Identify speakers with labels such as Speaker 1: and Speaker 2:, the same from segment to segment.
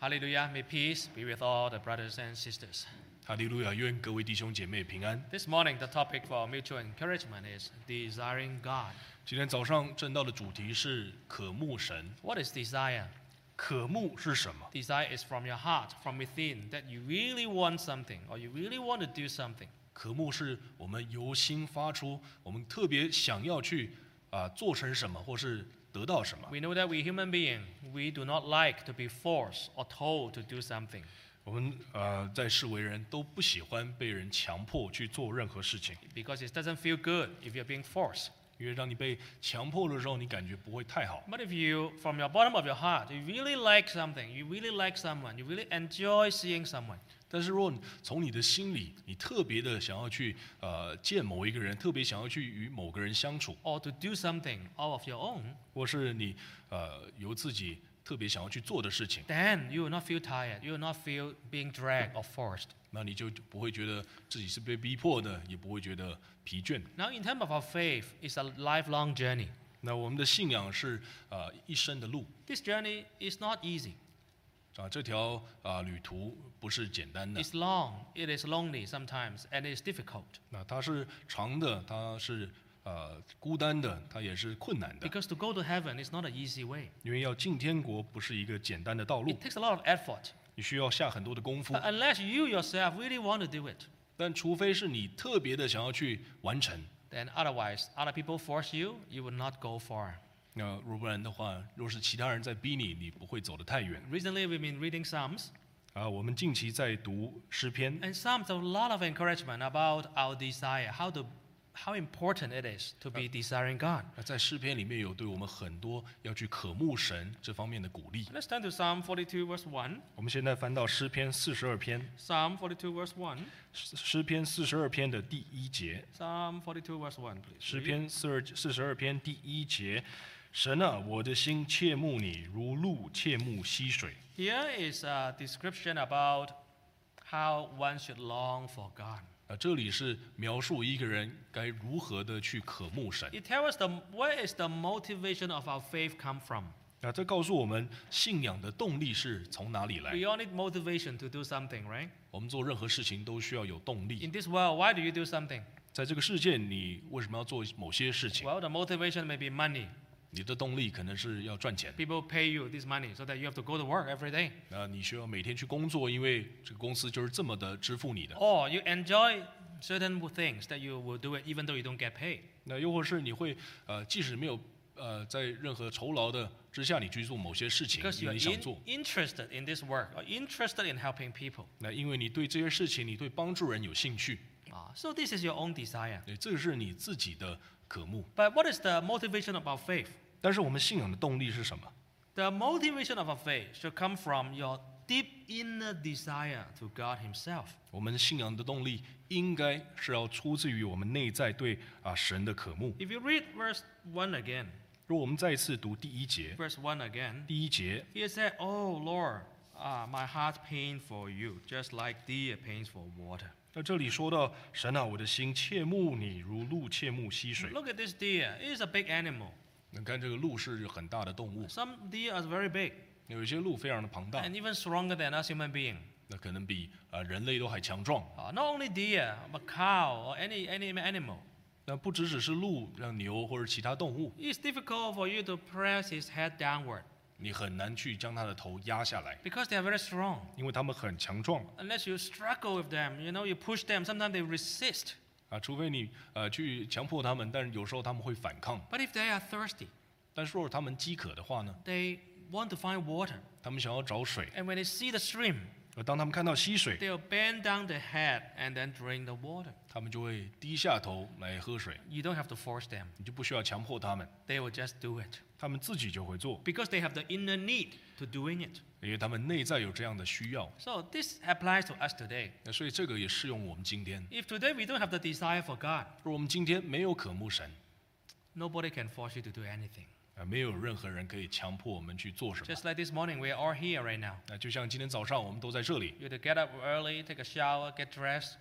Speaker 1: Hallelujah. May peace be with all the brothers and sisters.
Speaker 2: 哈利路亚！愿各位弟兄姐妹平安。
Speaker 1: This morning, the topic for mutual encouragement is desiring God.
Speaker 2: 今天早上正道的主题是渴慕神。
Speaker 1: What is desire?
Speaker 2: 渴慕是什么？
Speaker 1: Desire is from your heart, from within, that you really want something or you really want to do something.
Speaker 2: 渴慕是我们由心发出，我们特别想要去啊、做成什么，或是得到什么。
Speaker 1: We know that we human beings, we do not like to be forced or told to do something.
Speaker 2: 我们呃在世为人都不喜欢被人强迫去做任何事情，
Speaker 1: because it doesn't feel good if you're being forced.
Speaker 2: 因为当你被强迫的时候，你感觉不会太好。
Speaker 1: But if you, from your bottom of your heart, you really like something, you really like someone, you really enjoy seeing someone,
Speaker 2: 但是若你从你的心里，你特别的想要去呃见某一个人，特别想要去与某个人相处，
Speaker 1: or to do something all of your own,
Speaker 2: 或是你呃由自己特别想要去做的事情，
Speaker 1: then you will not feel tired. You will not feel being dragged or forced.
Speaker 2: 那你就不会觉得自己是被逼迫的，也不会觉得疲倦。
Speaker 1: Now, in terms of our faith, it's a lifelong journey.
Speaker 2: 那我们的信仰是呃一生的路
Speaker 1: This journey is not easy.
Speaker 2: 啊，这条啊、呃旅途不是简单的，
Speaker 1: It's long. It is lonely sometimes, and it's difficult
Speaker 2: 那它是长的，它是呃孤单的，它也是困难的，
Speaker 1: because to go to heaven is not an easy way.
Speaker 2: 因为要进天国不是一个简单的道路
Speaker 1: It，takes a lot of effort.
Speaker 2: 你需要下很多的功夫
Speaker 1: But，unless you yourself really want to do it,
Speaker 2: 但除非是你特别的想要去完成。
Speaker 1: then otherwise other people force you, you will not go far.
Speaker 2: 那若不然的话，若是其他人在逼你，你不会走得太远。
Speaker 1: Recently, we've been reading Psalms,
Speaker 2: 啊，我们近期在读诗篇，
Speaker 1: and Psalms have a lot of encouragement about our desire, how to, how important it is to be desiring God.
Speaker 2: 那啊在诗篇里面有对我们很多要去渴慕神这方面的鼓励。
Speaker 1: Let's turn to Psalm 42, verse 1.
Speaker 2: 我们现在翻到诗篇四十二篇，
Speaker 1: Psalm 42, verse 1.
Speaker 2: 诗诗篇四十二篇的第一节，
Speaker 1: Psalm 42, verse 1, please.
Speaker 2: 诗篇四二四十二篇第一节，神啊，我的心切慕你，如鹿切慕溪水。
Speaker 1: Here is a description about how one should long for God.
Speaker 2: 啊，这里是描述一个人该如何的去渴慕神。
Speaker 1: It tells us the, where is the motivation of our faith come from.
Speaker 2: 啊，这告诉我们信仰的动力是从哪里来
Speaker 1: We。all need motivation to do something, right?
Speaker 2: 我们做任何事情都需要有动力。
Speaker 1: In this world, why do you do something?
Speaker 2: 在这个世界，你为什么要做某些事情？
Speaker 1: Well, the motivation may be money.
Speaker 2: 你的动力可能是要赚钱。
Speaker 1: People pay you this money so that you have to go to work every day.
Speaker 2: 那你需要每天去工作，因为这个公司就是这么的支付你的。
Speaker 1: Or you enjoy certain things that you will do it even though you don't get paid.
Speaker 2: 那又或是你会呃，即使没有呃在任何酬劳的之下，你去做某些事情，
Speaker 1: Because you're
Speaker 2: 因为你想
Speaker 1: in,
Speaker 2: 做。
Speaker 1: interested in this work or interested in helping people.
Speaker 2: 那因为你对这些事情，你对帮助人有兴趣，
Speaker 1: Ah, so this is your own desire.
Speaker 2: 对，这是你自己的渴慕。
Speaker 1: But what is the motivation of our faith?
Speaker 2: 但是我们信仰的动力是什么？
Speaker 1: The motivation of our faith should come from your deep inner desire to God Himself.
Speaker 2: 我们信仰的动力应该是要出自于我们内在对啊神的渴慕。
Speaker 1: If you read verse 1 again,
Speaker 2: 若我们再次读第一节，
Speaker 1: verse 1 again,
Speaker 2: 第一节
Speaker 1: He said, Oh Lord, ah, my heart pains for you, just like deer pains for water.
Speaker 2: 那这里说到神啊，我的心切慕你，如鹿切慕溪水。
Speaker 1: Look at this deer. It is a big animal.
Speaker 2: 你看这个鹿是很大的动物，
Speaker 1: Some deer are very big
Speaker 2: 有一些鹿非常的庞大，
Speaker 1: and even stronger than us human beings.
Speaker 2: 那可能比啊、呃人类都还强壮。
Speaker 1: Uh, not only deer, but cow or any, any animal.
Speaker 2: 那不只只是鹿，像牛或者其他动物，
Speaker 1: It's difficult for you to press his head downward
Speaker 2: 你很难去将它的头压下来，
Speaker 1: because they are very strong.
Speaker 2: 因为它们很强壮
Speaker 1: Unless you struggle with them, you know, you push them, sometimes they resist.
Speaker 2: 啊。除非你呃去强迫它们，但是有时候它们会反抗。
Speaker 1: But if they are thirsty,
Speaker 2: 但是若是它们饥渴的话呢，
Speaker 1: they want to find water.
Speaker 2: 它们想要找水，
Speaker 1: And when they see the stream,
Speaker 2: 而当它们看到溪水，
Speaker 1: They'll bend down their head and then drink the water.
Speaker 2: 它们就会低下头来喝水，
Speaker 1: You don't have to force them.
Speaker 2: 你就不需要强迫它们，
Speaker 1: They will just do it
Speaker 2: 它们自己就会做。
Speaker 1: because they have the inner need to doing it.
Speaker 2: 因为他们内在有这样的需要。
Speaker 1: So this applies to us today.
Speaker 2: 那所以这个也适用我们今天。
Speaker 1: If today we don't have the desire for God,
Speaker 2: 若我们今天没有渴慕神，
Speaker 1: nobody can force you to do anything.
Speaker 2: 啊，没有任何人可以强迫我们去做什么。
Speaker 1: Just like this morning, we're all here right now.
Speaker 2: 那就像今天早上我们都在这里，
Speaker 1: You have to get up early, take a shower, get dressed.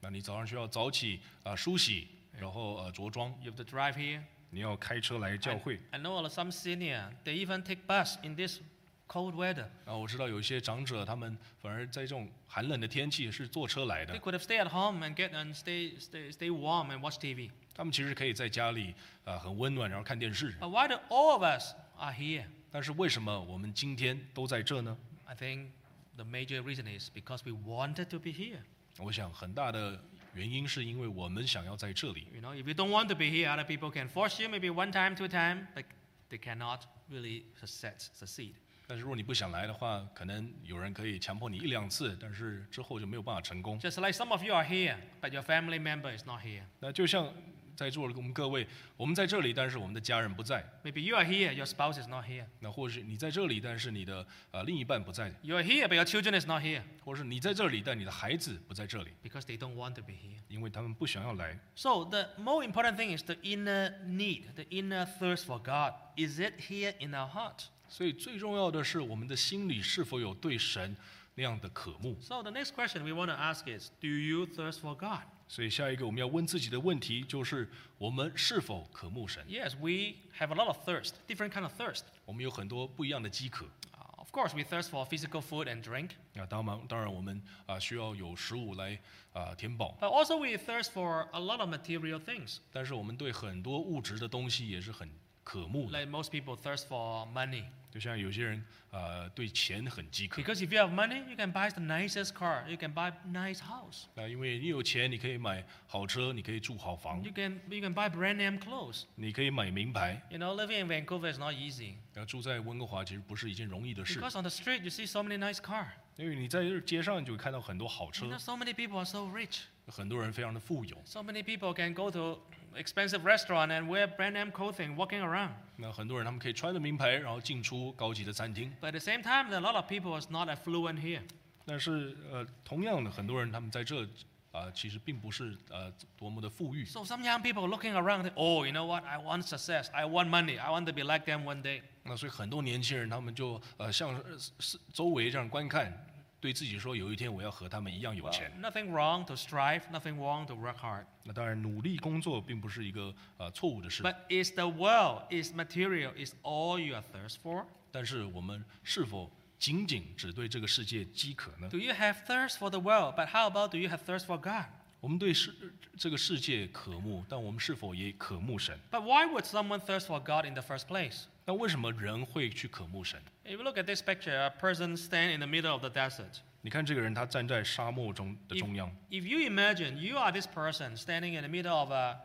Speaker 2: 那你早上需要早起啊、梳洗，然后呃着装，
Speaker 1: You have to drive here.
Speaker 2: 你要开车来教
Speaker 1: I,
Speaker 2: 会。
Speaker 1: I know some senior, they even take bus in this cold weather.
Speaker 2: 然啊后我知道有一些长者，他们反而在这种寒冷的天气是坐车来
Speaker 1: They
Speaker 2: 的，
Speaker 1: could have stayed at home and get and stay, stay, stay warm and watch TV.
Speaker 2: 他们其实可以在家里啊、呃很温暖，然后看电视。
Speaker 1: But why do all of us are here?
Speaker 2: 但是为什么我们今天都在这呢？
Speaker 1: I think the major reason is because we wanted to be here.
Speaker 2: 我想很大的原因是因为我们想要在这里。
Speaker 1: You know, if you don't want to be here, other people can force you maybe one time, two time, but they cannot really success, succeed.
Speaker 2: 但是如果你不想来的话，可能有人可以强迫你一两次，但是之后就没有办法成功。
Speaker 1: Just like some of you are here, but your family member is not here.
Speaker 2: 那就像在座的我们各位，我们在这里，但是我们的家人不在；
Speaker 1: Maybe you are here, your spouse is not here.
Speaker 2: 那或是你在这里，但是你的呃另一半不在；
Speaker 1: You are here, but your children is not here
Speaker 2: 或是你在这里，但你的孩子不在这里，
Speaker 1: because they don't want to be here.
Speaker 2: 因为他们不想要来。
Speaker 1: So the more important thing is the inner need, the inner thirst for God. Is it here in our heart?
Speaker 2: 所以最重要的是，我们的心里是否有对神那样的渴慕？
Speaker 1: So the next question we want to ask is, do you thirst for God?
Speaker 2: 所以下一个我们要问自己的问题就是：我们是否渴慕神？
Speaker 1: Yes, we have a lot of thirst, different kind of thirst.
Speaker 2: 我们有很多不一样的饥渴。
Speaker 1: Uh, of course, we thirst for physical food and drink,
Speaker 2: 啊，当然，当然，我们啊需要有食物来啊填饱，
Speaker 1: but also we thirst for a lot of material things.
Speaker 2: 但是我们对很多物质的东西也是很渴慕的。
Speaker 1: Like most people thirst for money.
Speaker 2: 就像有些人啊对钱很饥渴，
Speaker 1: Because if you have money, you can buy the nicest car, you can buy nice house,
Speaker 2: 那啊因为你有钱，你可以买好车，你可以住好房，
Speaker 1: you can you can buy brand name clothes.
Speaker 2: 你可以买名牌。
Speaker 1: You know, living in Vancouver is not easy
Speaker 2: 然后住在温哥华其实不是一件容易的事，
Speaker 1: because on the street you see so many nice car.
Speaker 2: 因为你在街上就会看到很多好
Speaker 1: You
Speaker 2: 车
Speaker 1: know,，so many people are so rich.
Speaker 2: 很多人非常的富有。
Speaker 1: So many people can go to expensive restaurant and wear brand name clothing, walking around.
Speaker 2: 那很多人他们可以穿着名牌，然后进出高级的餐厅。
Speaker 1: But at the same time, there are a lot of people who's not affluent here.
Speaker 2: 但是呃，同样的，很多人他们在这啊、其实并不是呃多么的富裕。
Speaker 1: So some young people looking around, they, oh, you know what? I want success. I want money. I want to be like them one day.
Speaker 2: 那所以很多年轻人他们就呃向呃四周围这样观看，对自己说有一天我要和他们一样有
Speaker 1: Well,
Speaker 2: 钱。
Speaker 1: nothing wrong to strive. Nothing wrong to work hard.
Speaker 2: 那当然，努力工作并不是一个呃错误的事，
Speaker 1: But is the world, is material, is all you are thirst for?
Speaker 2: 但是我们是否仅仅只对这个世界饥渴呢？
Speaker 1: Do you have thirst for the world? But how about do you have thirst for God?
Speaker 2: 我们对世这个世界渴慕，但我们是否也渴慕神？
Speaker 1: But why would someone thirst for God in the first place?
Speaker 2: 那为什么人会去渴慕神？
Speaker 1: If you look at this picture, a person standing in the middle of the desert.
Speaker 2: 你看这个人，他站在沙漠中的中央。
Speaker 1: If you imagine you are this person standing in the middle of a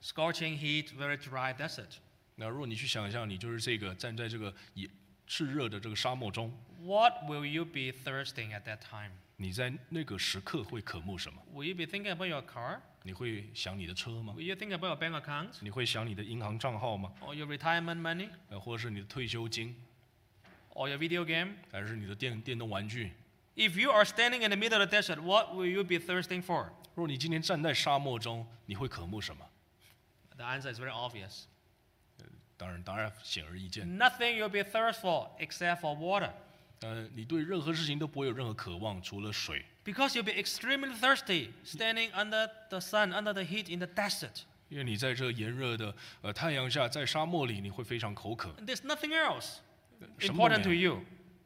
Speaker 1: scorching heat, very dry desert,
Speaker 2: 那如果你去想象，你就是这个站在这个也炽热的这个沙漠中，
Speaker 1: what will you be thirsting at that time?
Speaker 2: 你在那个时刻会渴慕什么？
Speaker 1: Will you be thinking about your car?
Speaker 2: 你会想你的车吗？
Speaker 1: Will you think about your bank account
Speaker 2: 你会想你的银行账号吗？
Speaker 1: or your retirement money
Speaker 2: 呃，或者是你的退休金，
Speaker 1: or your video game?
Speaker 2: 还是你的电电动玩具？
Speaker 1: If you are standing in the middle of the desert, what will you be thirsting for?
Speaker 2: 如果你今天站在沙漠中，你会渴慕什么？
Speaker 1: The answer is very obvious.
Speaker 2: 当然，当然显而易见。
Speaker 1: Nothing you'll be thirst for except for water.
Speaker 2: 呃，你对任何事情都不会有任何渴望，除了水，
Speaker 1: Because you'll be extremely thirsty standing under the sun, under the heat in the desert.
Speaker 2: 因为你在这炎热的呃太阳下，在沙漠里，你会非常口渴，
Speaker 1: And there's nothing else
Speaker 2: 什么都
Speaker 1: 呃 important
Speaker 2: 没
Speaker 1: to
Speaker 2: 有
Speaker 1: you.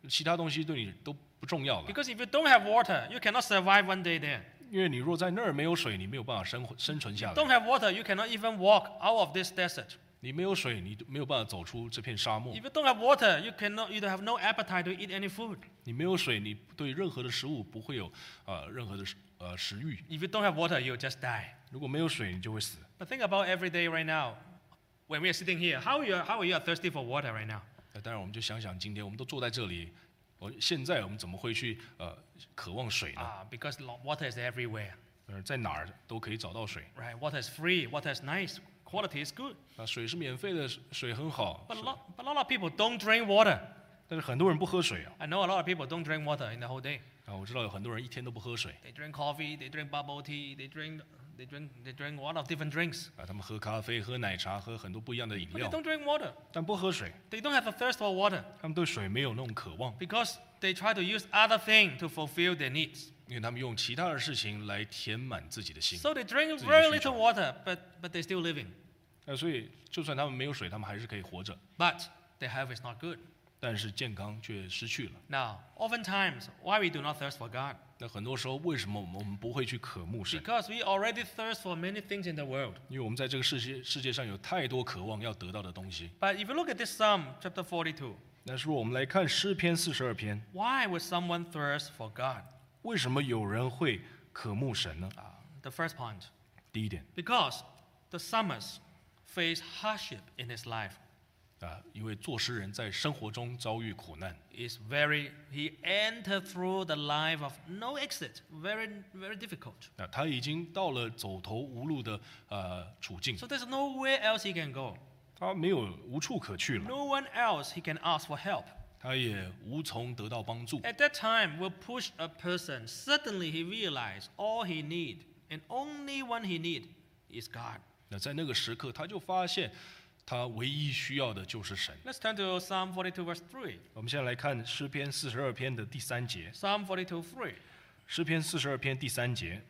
Speaker 2: 其他东西对你都不重要了。
Speaker 1: Because if you don't have water, you cannot survive one day there.
Speaker 2: 因为你若在那儿没有水，你没有办法生活生存下来。
Speaker 1: Don't have water, you cannot even walk out of this desert.
Speaker 2: 你没有水，你没有办法走出这片沙漠。
Speaker 1: If you don't have water, you cannot you have no appetite to eat any food.
Speaker 2: 你没有水，你对任何的食物不会有呃任何的食呃食欲。
Speaker 1: If you don't have water, you'll just die.
Speaker 2: 如果没有水，你就会死。
Speaker 1: But think about every day right now. When we are sitting here, how you how are you thirsty for water right now?
Speaker 2: 那当然，我们就想想今天我们都坐在这里，我现在我们怎么会去呃渴望水呢？
Speaker 1: Ah, because lo- water is everywhere,
Speaker 2: 呃，在哪儿都可以找到水。
Speaker 1: right? Water is free, water is nice, quality is good.
Speaker 2: 啊，水是免费的，水水很好。
Speaker 1: But a lot, but a lot of people don't drink water.
Speaker 2: 但是很多人不喝水啊。
Speaker 1: I know a lot of people don't drink water in the whole day.
Speaker 2: 啊，我知道有很多人一天都不喝水
Speaker 1: They drink coffee, they drink bubble tea, they drink, they drink, they drink a lot of different drinks.
Speaker 2: 啊，他们喝咖啡、喝奶茶、喝很多不一样的饮
Speaker 1: But
Speaker 2: 料
Speaker 1: they，don't drink water.
Speaker 2: 但不喝水，
Speaker 1: They don't have a thirst for water
Speaker 2: 他们对水没有那种渴望，
Speaker 1: because they try to use other things to fulfill their needs.
Speaker 2: 因为他们用其他的事情来填满自己的心。
Speaker 1: So they drink
Speaker 2: So you
Speaker 1: very
Speaker 2: should
Speaker 1: little water, but, but they're still living.
Speaker 2: 那所以，就算他们没有水，他们还是可以活着。
Speaker 1: But their health is not good.
Speaker 2: 但是健康却失去了。
Speaker 1: Now, oftentimes, why we do not thirst for God?
Speaker 2: 那很多时候，为什么我们我们不会去渴慕神？
Speaker 1: Because we already thirst for many things in the world.
Speaker 2: 因为我们在这个世界世界上有太多渴望要得到的东西。
Speaker 1: But if you look at this Psalm, chapter 42,
Speaker 2: 但是我们来看诗篇四十二篇，
Speaker 1: why would someone thirst for God?
Speaker 2: 为什么有人会渴慕神呢？
Speaker 1: Uh, the first point,
Speaker 2: 第一点
Speaker 1: because the psalmist faced hardship in his life.
Speaker 2: 啊，因为作诗人在生活中遭遇苦难，
Speaker 1: Is very he entered through the life of no exit, very very difficult.
Speaker 2: 啊，他已经到了走投无路的呃处境，
Speaker 1: So there's nowhere else he can go.
Speaker 2: 他没有无处可去了，
Speaker 1: No one else he can ask for help.
Speaker 2: 他也无从得到帮助。
Speaker 1: At that time, will push a person. Suddenly, he realized all he need and only one he need is God.
Speaker 2: 那在那个时刻，他就发现，他唯一需要的就是神。
Speaker 1: Let's turn to Psalm 42, verse 3.
Speaker 2: 我们现在来看诗篇四十二篇的第三节。
Speaker 1: Psalm 42, 3.
Speaker 2: 诗篇四十二篇第三节，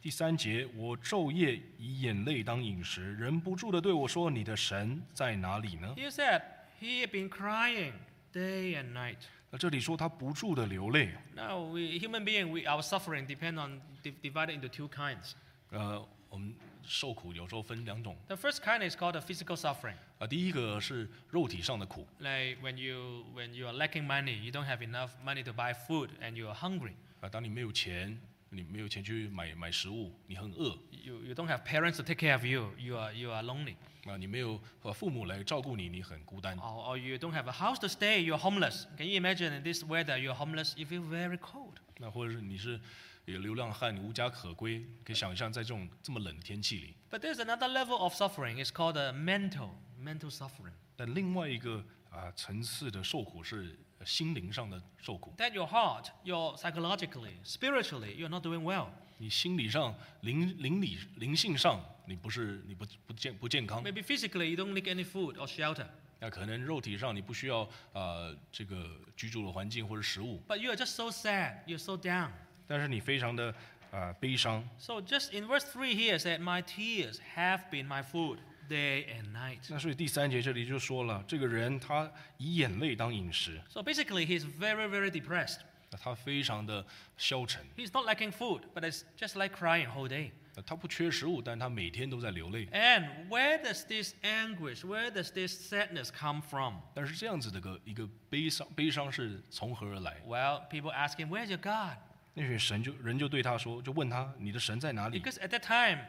Speaker 2: 第三节，我昼夜以眼泪当饮食，忍不住的对我说：“你的神在哪里呢
Speaker 1: He said he had been crying day and night.？”
Speaker 2: 那这里说他不住的流泪。
Speaker 1: Now, we human being, we, our suffering depend on di- divided into two kinds.
Speaker 2: 呃，我们受苦有时候分两种，
Speaker 1: The first kind is called the physical suffering,
Speaker 2: 啊、第一个是肉体上的苦，
Speaker 1: like when you when you are lacking money, you don't have enough money to buy food, and you are hungry.
Speaker 2: 啊、当你没有钱，你没有钱去买买食物，你很饿，
Speaker 1: You, you don't have parents to take care of you. You are you are lonely.
Speaker 2: 啊、你没有呃父母来照顾你，你很孤单，啊、
Speaker 1: or, or you don't have a house to stay, you're homeless. Can you imagine in this weather, you're homeless, you feel very cold.
Speaker 2: 那或者是你是有流浪汉，无家可归，可以想象在这种这么冷的天气里。
Speaker 1: But there's another level of suffering, it's called a mental, mental suffering.
Speaker 2: 但另外一个啊、层次的受苦是呃心灵上的受苦，
Speaker 1: That your heart, your psychologically, spiritually, you're not doing well.
Speaker 2: 你心理上、灵灵理、灵性上，你不是你不不健不健康，
Speaker 1: Maybe physically, you don't need any food or shelter,
Speaker 2: 那可能肉体上你不需要呃这个居住的环境或者食物，
Speaker 1: but you are just so sad, you're so down.
Speaker 2: 但是你非常的啊、悲伤。
Speaker 1: So just in verse 3 here, it said, My tears have been my food day and night.
Speaker 2: 那所以第三节这里就说了，这个人他以眼泪当饮食，
Speaker 1: So basically, he's very, very depressed.
Speaker 2: 那他非常的消沉，
Speaker 1: He's not lacking food, but it's just like crying whole day.
Speaker 2: 那他不缺食物，但他每天都在流泪。
Speaker 1: And where does this anguish, where does this sadness come from?
Speaker 2: 但是这样子的个一个悲伤，悲伤是从何而来？
Speaker 1: Well, people ask him, Where's your God?
Speaker 2: 那些神就人就对他说，就问他你的神在哪里？
Speaker 1: Because at that time,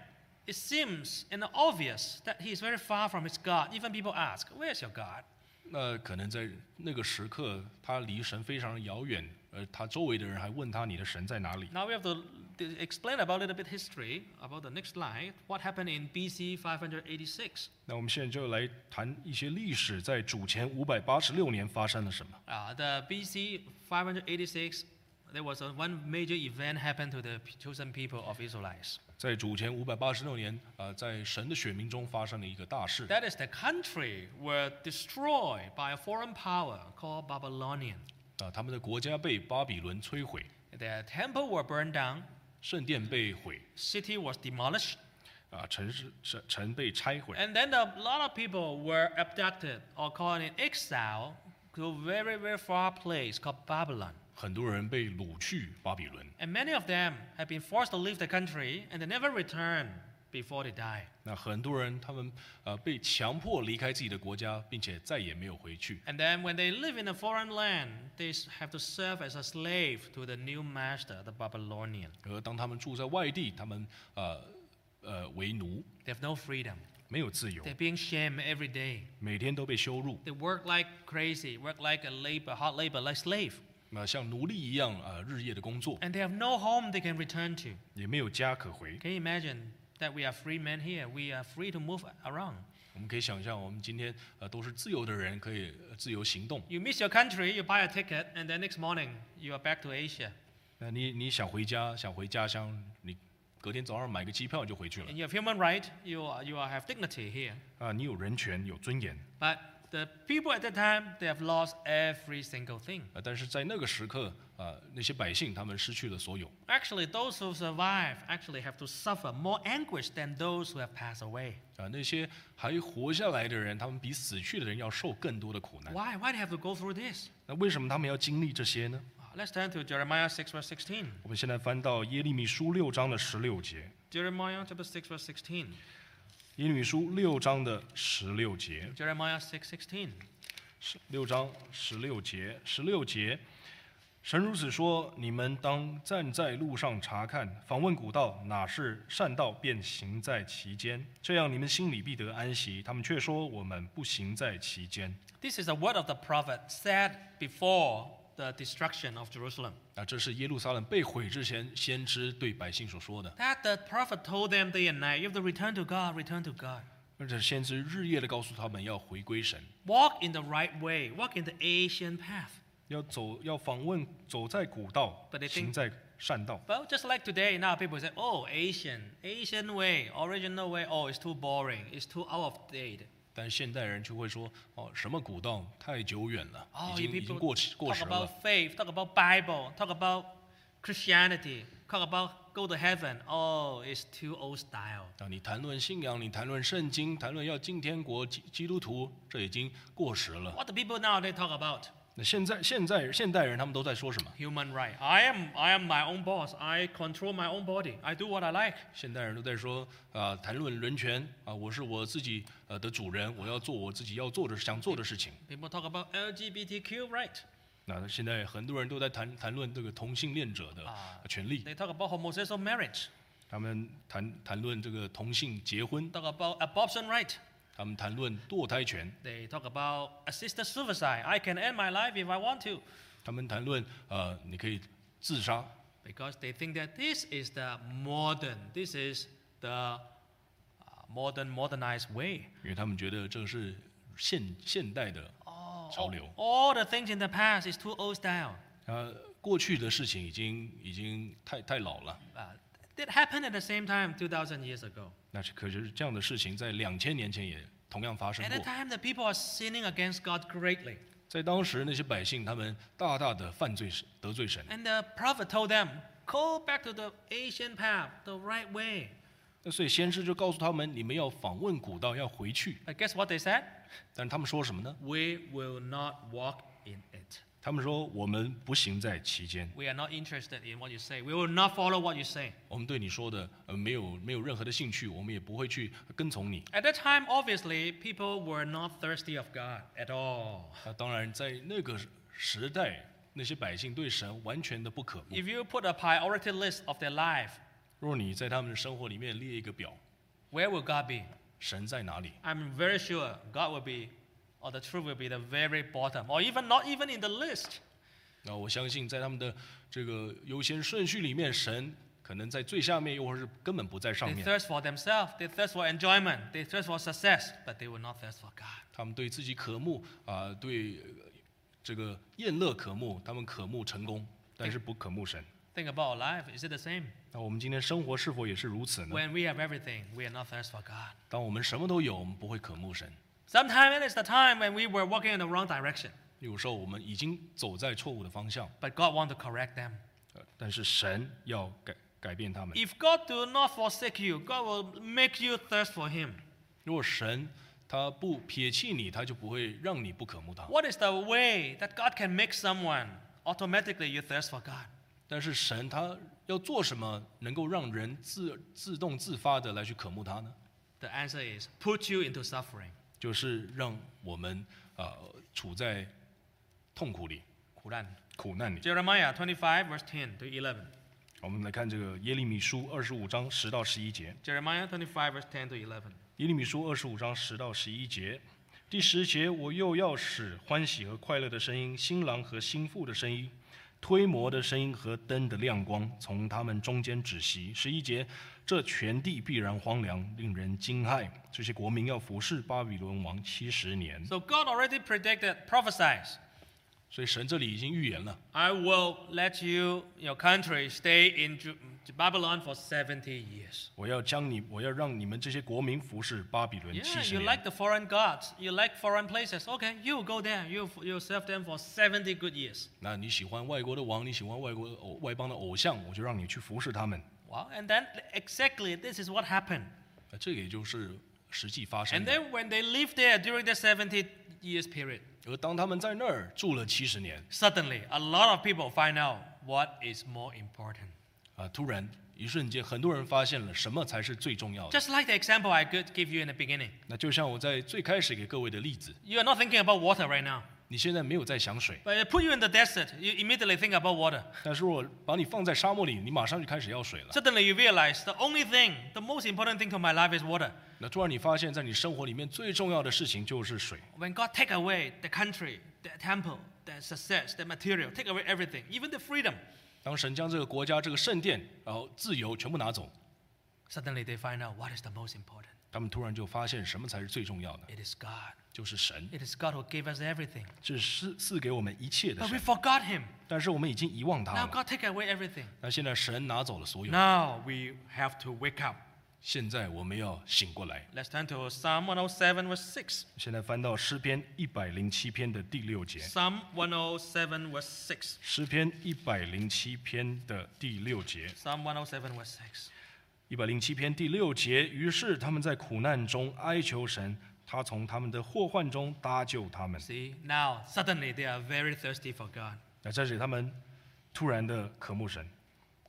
Speaker 1: it seems and obvious that he is very far from his God. Even people ask, Where's your God?
Speaker 2: 那可能在那个时刻，他离神非常遥远，而他周围的人还问他你的神在哪里？
Speaker 1: Now we have to to explain about a little bit history about the next line, what happened in BC 586.
Speaker 2: 那我们现在就来谈一些历史，在主前五百八十六年发生了什么？
Speaker 1: Uh, the BC 586, there was a, one major event happened to the chosen people of Israelites.
Speaker 2: 在主前五百八十六年，呃，在神的选民中发生了一个大事，
Speaker 1: That is, the country were destroyed by a foreign power called Babylonian.
Speaker 2: 啊，他们的国家被巴比伦摧毁，
Speaker 1: Their temple were burned down,
Speaker 2: 圣殿被毁，
Speaker 1: city was demolished,
Speaker 2: 啊，城市城城被拆毁，
Speaker 1: and then a lot of people were abducted or called in exile to a very, very far place called Babylon.
Speaker 2: 很多人被掳去巴比伦。
Speaker 1: And many of them have been forced to leave the country and they never returned before they die.
Speaker 2: 那很多人他们呃被强迫离开自己的国家，并且再也没有回去。
Speaker 1: And then when they live in a foreign land, they have to serve as a slave to the new master, the Babylonian.
Speaker 2: 而当他们住在外地，他们呃呃为奴，
Speaker 1: They have no freedom.
Speaker 2: 没有自由，
Speaker 1: They're being shamed every day.
Speaker 2: 每天都被羞辱，
Speaker 1: They work like crazy, work like a labor, hard labor, like slave.
Speaker 2: 那、像奴隶一样啊、呃日夜的工作，
Speaker 1: And they have no home they can return to.
Speaker 2: 也没有家可回。
Speaker 1: Can you imagine that we are free men here? We are free to move around.
Speaker 2: 我们可以想象，我们今天呃都是自由的人，可以呃自由行动。
Speaker 1: You miss your country, you buy a ticket, and then next morning you are back to Asia.
Speaker 2: 那你你想回家，想回家乡，你隔天早上买个机票就回去了
Speaker 1: And you have human right, you, are, you are, have dignity here.
Speaker 2: 啊、你有人权，有尊严。
Speaker 1: But the people at that time, they have lost every single thing.
Speaker 2: 啊，但是在那个时刻啊、那些百姓他们失去了所有。
Speaker 1: Actually, those who survive actually have to suffer more anguish than those who have passed away.
Speaker 2: 啊，那些还活下来的人，他们比死去的人要受更多的苦难。
Speaker 1: Why? Why do they have to go through this?
Speaker 2: 那为什么他们要经历这些呢？
Speaker 1: Uh, Let's turn to Jeremiah 6, verse 16.
Speaker 2: 我们现在翻到耶利米书六章的十六节，
Speaker 1: Jeremiah chapter 6, verse 16.
Speaker 2: 耶利米书六章的十六节，
Speaker 1: Jeremiah 6, 16.
Speaker 2: 十六章十六节，十六节，神如此说：你们当站在路上查看，访问古道，哪是善道，便行在其间。这样你们心里必得安息。他们却说我们不行在其间。
Speaker 1: This is a word of the prophet said before the destruction of Jerusalem.
Speaker 2: 啊，这是耶路撒冷被毁之前，先知对百姓所说的。
Speaker 1: That the prophet told them day and night, you have to return to God, return to God.
Speaker 2: 而且先知日夜的告诉他们要回归神，
Speaker 1: Walk in the right way, walk in the Asian path.
Speaker 2: 要走，要访问，走在古道
Speaker 1: But I，think-
Speaker 2: 行在善道。
Speaker 1: Well, just like today, now people say, oh, Asian, Asian way, original way, oh, it's too boring, it's too out of date.
Speaker 2: 但现代人却会说，哦，什么古道太久远了，
Speaker 1: Oh,
Speaker 2: 已
Speaker 1: you
Speaker 2: 经已
Speaker 1: people
Speaker 2: 经过时过
Speaker 1: talk
Speaker 2: 时了。
Speaker 1: about faith, talk about Bible, talk about Christianity, talk about go to heaven. Oh, it's too old style.
Speaker 2: 啊，你谈论信仰，你谈论圣经，谈论要进天国基基督徒，这已经过时了。
Speaker 1: What do people nowadays talk about?
Speaker 2: 那现在现在现代人他们都在说什么？
Speaker 1: Human right. I am, I am my own boss. I control my own body. I do what I like.
Speaker 2: 现代人都在说啊、谈论人权啊、我是我自己呃的主人，我要做我自己要做的想做的事情。
Speaker 1: People talk about LGBTQ right.
Speaker 2: 那现在很多人都在谈谈论这个同性恋者的
Speaker 1: 啊
Speaker 2: 权利，
Speaker 1: They talk about homosexual marriage.
Speaker 2: 他们谈谈论这个同性结婚，
Speaker 1: Talk about abortion right.
Speaker 2: 他们谈论堕胎权，
Speaker 1: They talk about assisted suicide. I can end my life if I want to.
Speaker 2: 他们谈论呃你可以自杀，
Speaker 1: because they think that this is the modern, this is the uh, modern, modernized way.
Speaker 2: 因为他们觉得这是现现代的
Speaker 1: Oh,
Speaker 2: 潮
Speaker 1: all,
Speaker 2: 流。
Speaker 1: all the things in the past is too old style.
Speaker 2: 呃，过去的事情已经已经太太老了。
Speaker 1: Uh, that happened at the same time 2,000 years ago.
Speaker 2: 那是可是这样的事情在两千年前也同样发生
Speaker 1: At that
Speaker 2: 过，
Speaker 1: time, the people are sinning against God greatly.
Speaker 2: 在当时那些百姓他们大大的犯罪神得罪神，
Speaker 1: And the prophet told them, go back to the ancient path, the right way.
Speaker 2: 那所以先知就告诉他们，你们要访问古道，要回去。
Speaker 1: But guess what they said?
Speaker 2: 但是他们说什么呢？
Speaker 1: We will not walk in it.
Speaker 2: 他们说我们不行在其间，
Speaker 1: We are not interested in what you say. We will not follow what you say.
Speaker 2: 我们对你说的呃没有没有任何的兴趣，我们也不会去跟从你。
Speaker 1: At that time, obviously, people were not thirsty of God at all.
Speaker 2: 那啊当然，在那个时代，那些百姓对神完全的不可慕。
Speaker 1: If you put a priority list of their life,
Speaker 2: 若你在他们的生活里面列一个表，
Speaker 1: where will God be?
Speaker 2: 神在哪里？
Speaker 1: I'm very sure God will be, or the truth will be the very bottom, or even not even in the list.
Speaker 2: 那我相信，在他们的这个优先顺序里面，神可能在最下面，又或是根本不在上
Speaker 1: They
Speaker 2: 面。
Speaker 1: thirst for themselves, they thirst for enjoyment, they thirst for success, but they will not thirst for God.
Speaker 2: 他们对自己渴慕啊、对呃这个宴乐渴慕，他们渴慕成功，但是不渴慕神。
Speaker 1: Think about our life. Is it the same?
Speaker 2: 那我们今天生活是否也是如此呢？
Speaker 1: When we have everything, we are not thirst for God.
Speaker 2: 当我们什么都有，我们不会渴慕神。
Speaker 1: Sometimes it is the time when we were walking in the wrong direction,
Speaker 2: 有时候我们已经走在错误的方向，
Speaker 1: but God want to correct them.
Speaker 2: 呃但是神要改改变他们。
Speaker 1: If God do not forsake you, God will make you thirst for Him.
Speaker 2: 如果神他不撇弃你，他就不会让你不渴慕他。
Speaker 1: What is the way that God can make someone automatically you thirst for God?
Speaker 2: 但是神他要做什么，能够让人自自动自发的来去渴慕他呢？
Speaker 1: The answer is put you into suffering.
Speaker 2: 就是让我们呃处在痛苦里、
Speaker 1: 苦难.
Speaker 2: 苦难里。
Speaker 1: Jeremiah 25, verse 10 to 11.
Speaker 2: 我们来看这个耶利米书二十五章十到十一节。
Speaker 1: Jeremiah 25, verse 10 to 11.
Speaker 2: 耶利米书二十五章十到十一节，第十节，我又要使欢喜和快乐的声音、新郎和新妇的声音、推磨的声音和灯的亮光从他们中间止息。十一节，这全地必然荒凉，令人惊骇。这些国民要服侍巴比伦王七十年。
Speaker 1: So God already predicted, prophesies
Speaker 2: 所以神这里已经预言了，
Speaker 1: I will let you, your country, stay in Ju- Babylon for 70 years.
Speaker 2: 我要将你，我要让你们这些国民服侍巴比伦
Speaker 1: Yeah,
Speaker 2: 七十
Speaker 1: you
Speaker 2: 年
Speaker 1: like。the foreign gods. You like foreign places. Okay, you go there. You, you serve them for 70 good years.
Speaker 2: 那你喜欢外国的王，你喜欢外国的偶外邦的偶像，我就让你去服侍他们。
Speaker 1: Wow. And then exactly this is what happened.
Speaker 2: 那这个也就是实际发生
Speaker 1: And
Speaker 2: 的。
Speaker 1: then when they lived there during the 70 years period,
Speaker 2: 而当他们在那儿住了七十年，
Speaker 1: suddenly a lot of people find out what is more important.
Speaker 2: 啊，突然一瞬间，很多人发现了什么才是最重要的。
Speaker 1: Just like the example I could give you in the beginning.
Speaker 2: 那就像我在最开始给各位的例子，
Speaker 1: You are not thinking about water right now.
Speaker 2: 你现在没有在想水，
Speaker 1: But I put you in the desert, you immediately think about water.
Speaker 2: 但是我把你放在沙漠里，你马上就开始要水了。
Speaker 1: Suddenly you realize the only thing, the most important thing to my life is water.
Speaker 2: 那突然你发现，在你生活里面最重要的事情就是水。
Speaker 1: When God take away the country, the temple, the success, the material, take away everything, even the freedom,
Speaker 2: 当神将这个国家、这个圣殿，然后自由全部拿走，
Speaker 1: suddenly they find out what is the most important.
Speaker 2: 他们突然就发现什么才是最重要的，
Speaker 1: It is God.
Speaker 2: 就是神，
Speaker 1: It is God who gave us everything.
Speaker 2: 是赐赐给我们一切的
Speaker 1: But we
Speaker 2: 神。
Speaker 1: forgot Him.
Speaker 2: 但是我们已经遗忘他
Speaker 1: Now
Speaker 2: 了。
Speaker 1: God take away everything.
Speaker 2: 那现在神拿走了所有，
Speaker 1: Now we have to wake up.
Speaker 2: 现在我们要醒过来。
Speaker 1: Let's turn to Psalm 107, verse 6.
Speaker 2: 现在翻到诗篇一百零七篇的第六节，
Speaker 1: Psalm 107, verse 6.
Speaker 2: 诗篇一百零七篇的第六节，
Speaker 1: Psalm 107, verse 6.
Speaker 2: 一百零七篇第六节。于是他们在苦难中哀求神，他从他们的祸患中搭救他们。
Speaker 1: See, now suddenly they are very thirsty for God.
Speaker 2: 那这是他们突然的渴慕神，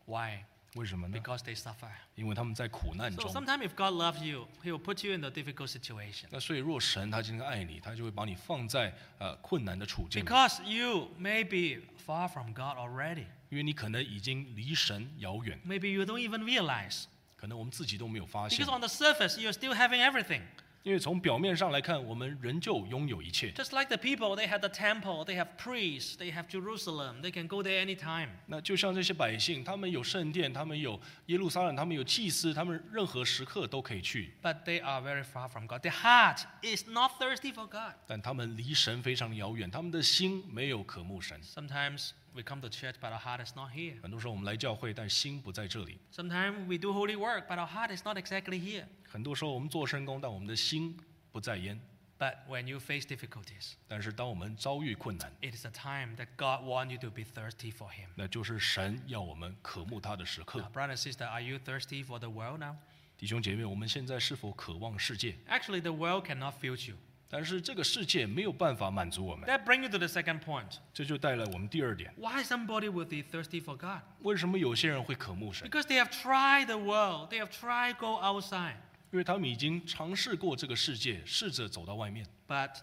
Speaker 1: Why?
Speaker 2: 为什么呢？
Speaker 1: Because they suffer.
Speaker 2: 因为他们在苦难
Speaker 1: So
Speaker 2: 中。
Speaker 1: sometimes if God loves you, He will put you in a difficult situation.
Speaker 2: 那所以，若神他今天爱你，他就会把你放在呃困难的处境里，
Speaker 1: Because you may be far from God already.
Speaker 2: 因为你可能已经离神遥远，
Speaker 1: Maybe you don't even realize.
Speaker 2: 可能我们自己都没有发现
Speaker 1: Because。on the surface, you're still having everything.
Speaker 2: 因为从表面上来看，我们仍旧拥有一切。
Speaker 1: Just like the people, they have the temple, they have priests, they have Jerusalem, they can go there anytime.
Speaker 2: 那就像这些百姓，他们有圣殿，他们有耶路撒冷，他们有祭司，他们任何时刻都可以去，
Speaker 1: But they are very far from God. Their heart is not thirsty for God.
Speaker 2: 但他们离神非常遥远，他们的心没有渴慕神。
Speaker 1: Sometimes we come to church, but our heart is not here.
Speaker 2: 很多时候我们来教会，但心不在这里；
Speaker 1: Sometimes we do holy work, but our heart is not exactly here.
Speaker 2: 很多时候我们做圣工，但我们的心不在焉。
Speaker 1: But when you face difficulties,
Speaker 2: 但是当我们遭遇困难，
Speaker 1: it is a time that God wants you to be thirsty for Him.
Speaker 2: 那就是神要我们渴慕他的时
Speaker 1: Now,
Speaker 2: 刻。
Speaker 1: brother and sister, are you thirsty for the world now?
Speaker 2: 弟兄姐妹，我们现在是否渴望世界？
Speaker 1: Actually, the world cannot fill you.
Speaker 2: 但是这个世界没有办法满足我们，
Speaker 1: That brings you to the second point.
Speaker 2: 这就带来我们第二点：
Speaker 1: Why somebody would be thirsty for God?
Speaker 2: 为什么有些人会渴慕神？
Speaker 1: Because they have tried the world, they have tried go outside,
Speaker 2: 因为他们已经尝试过这个世界，试着走到外面，
Speaker 1: but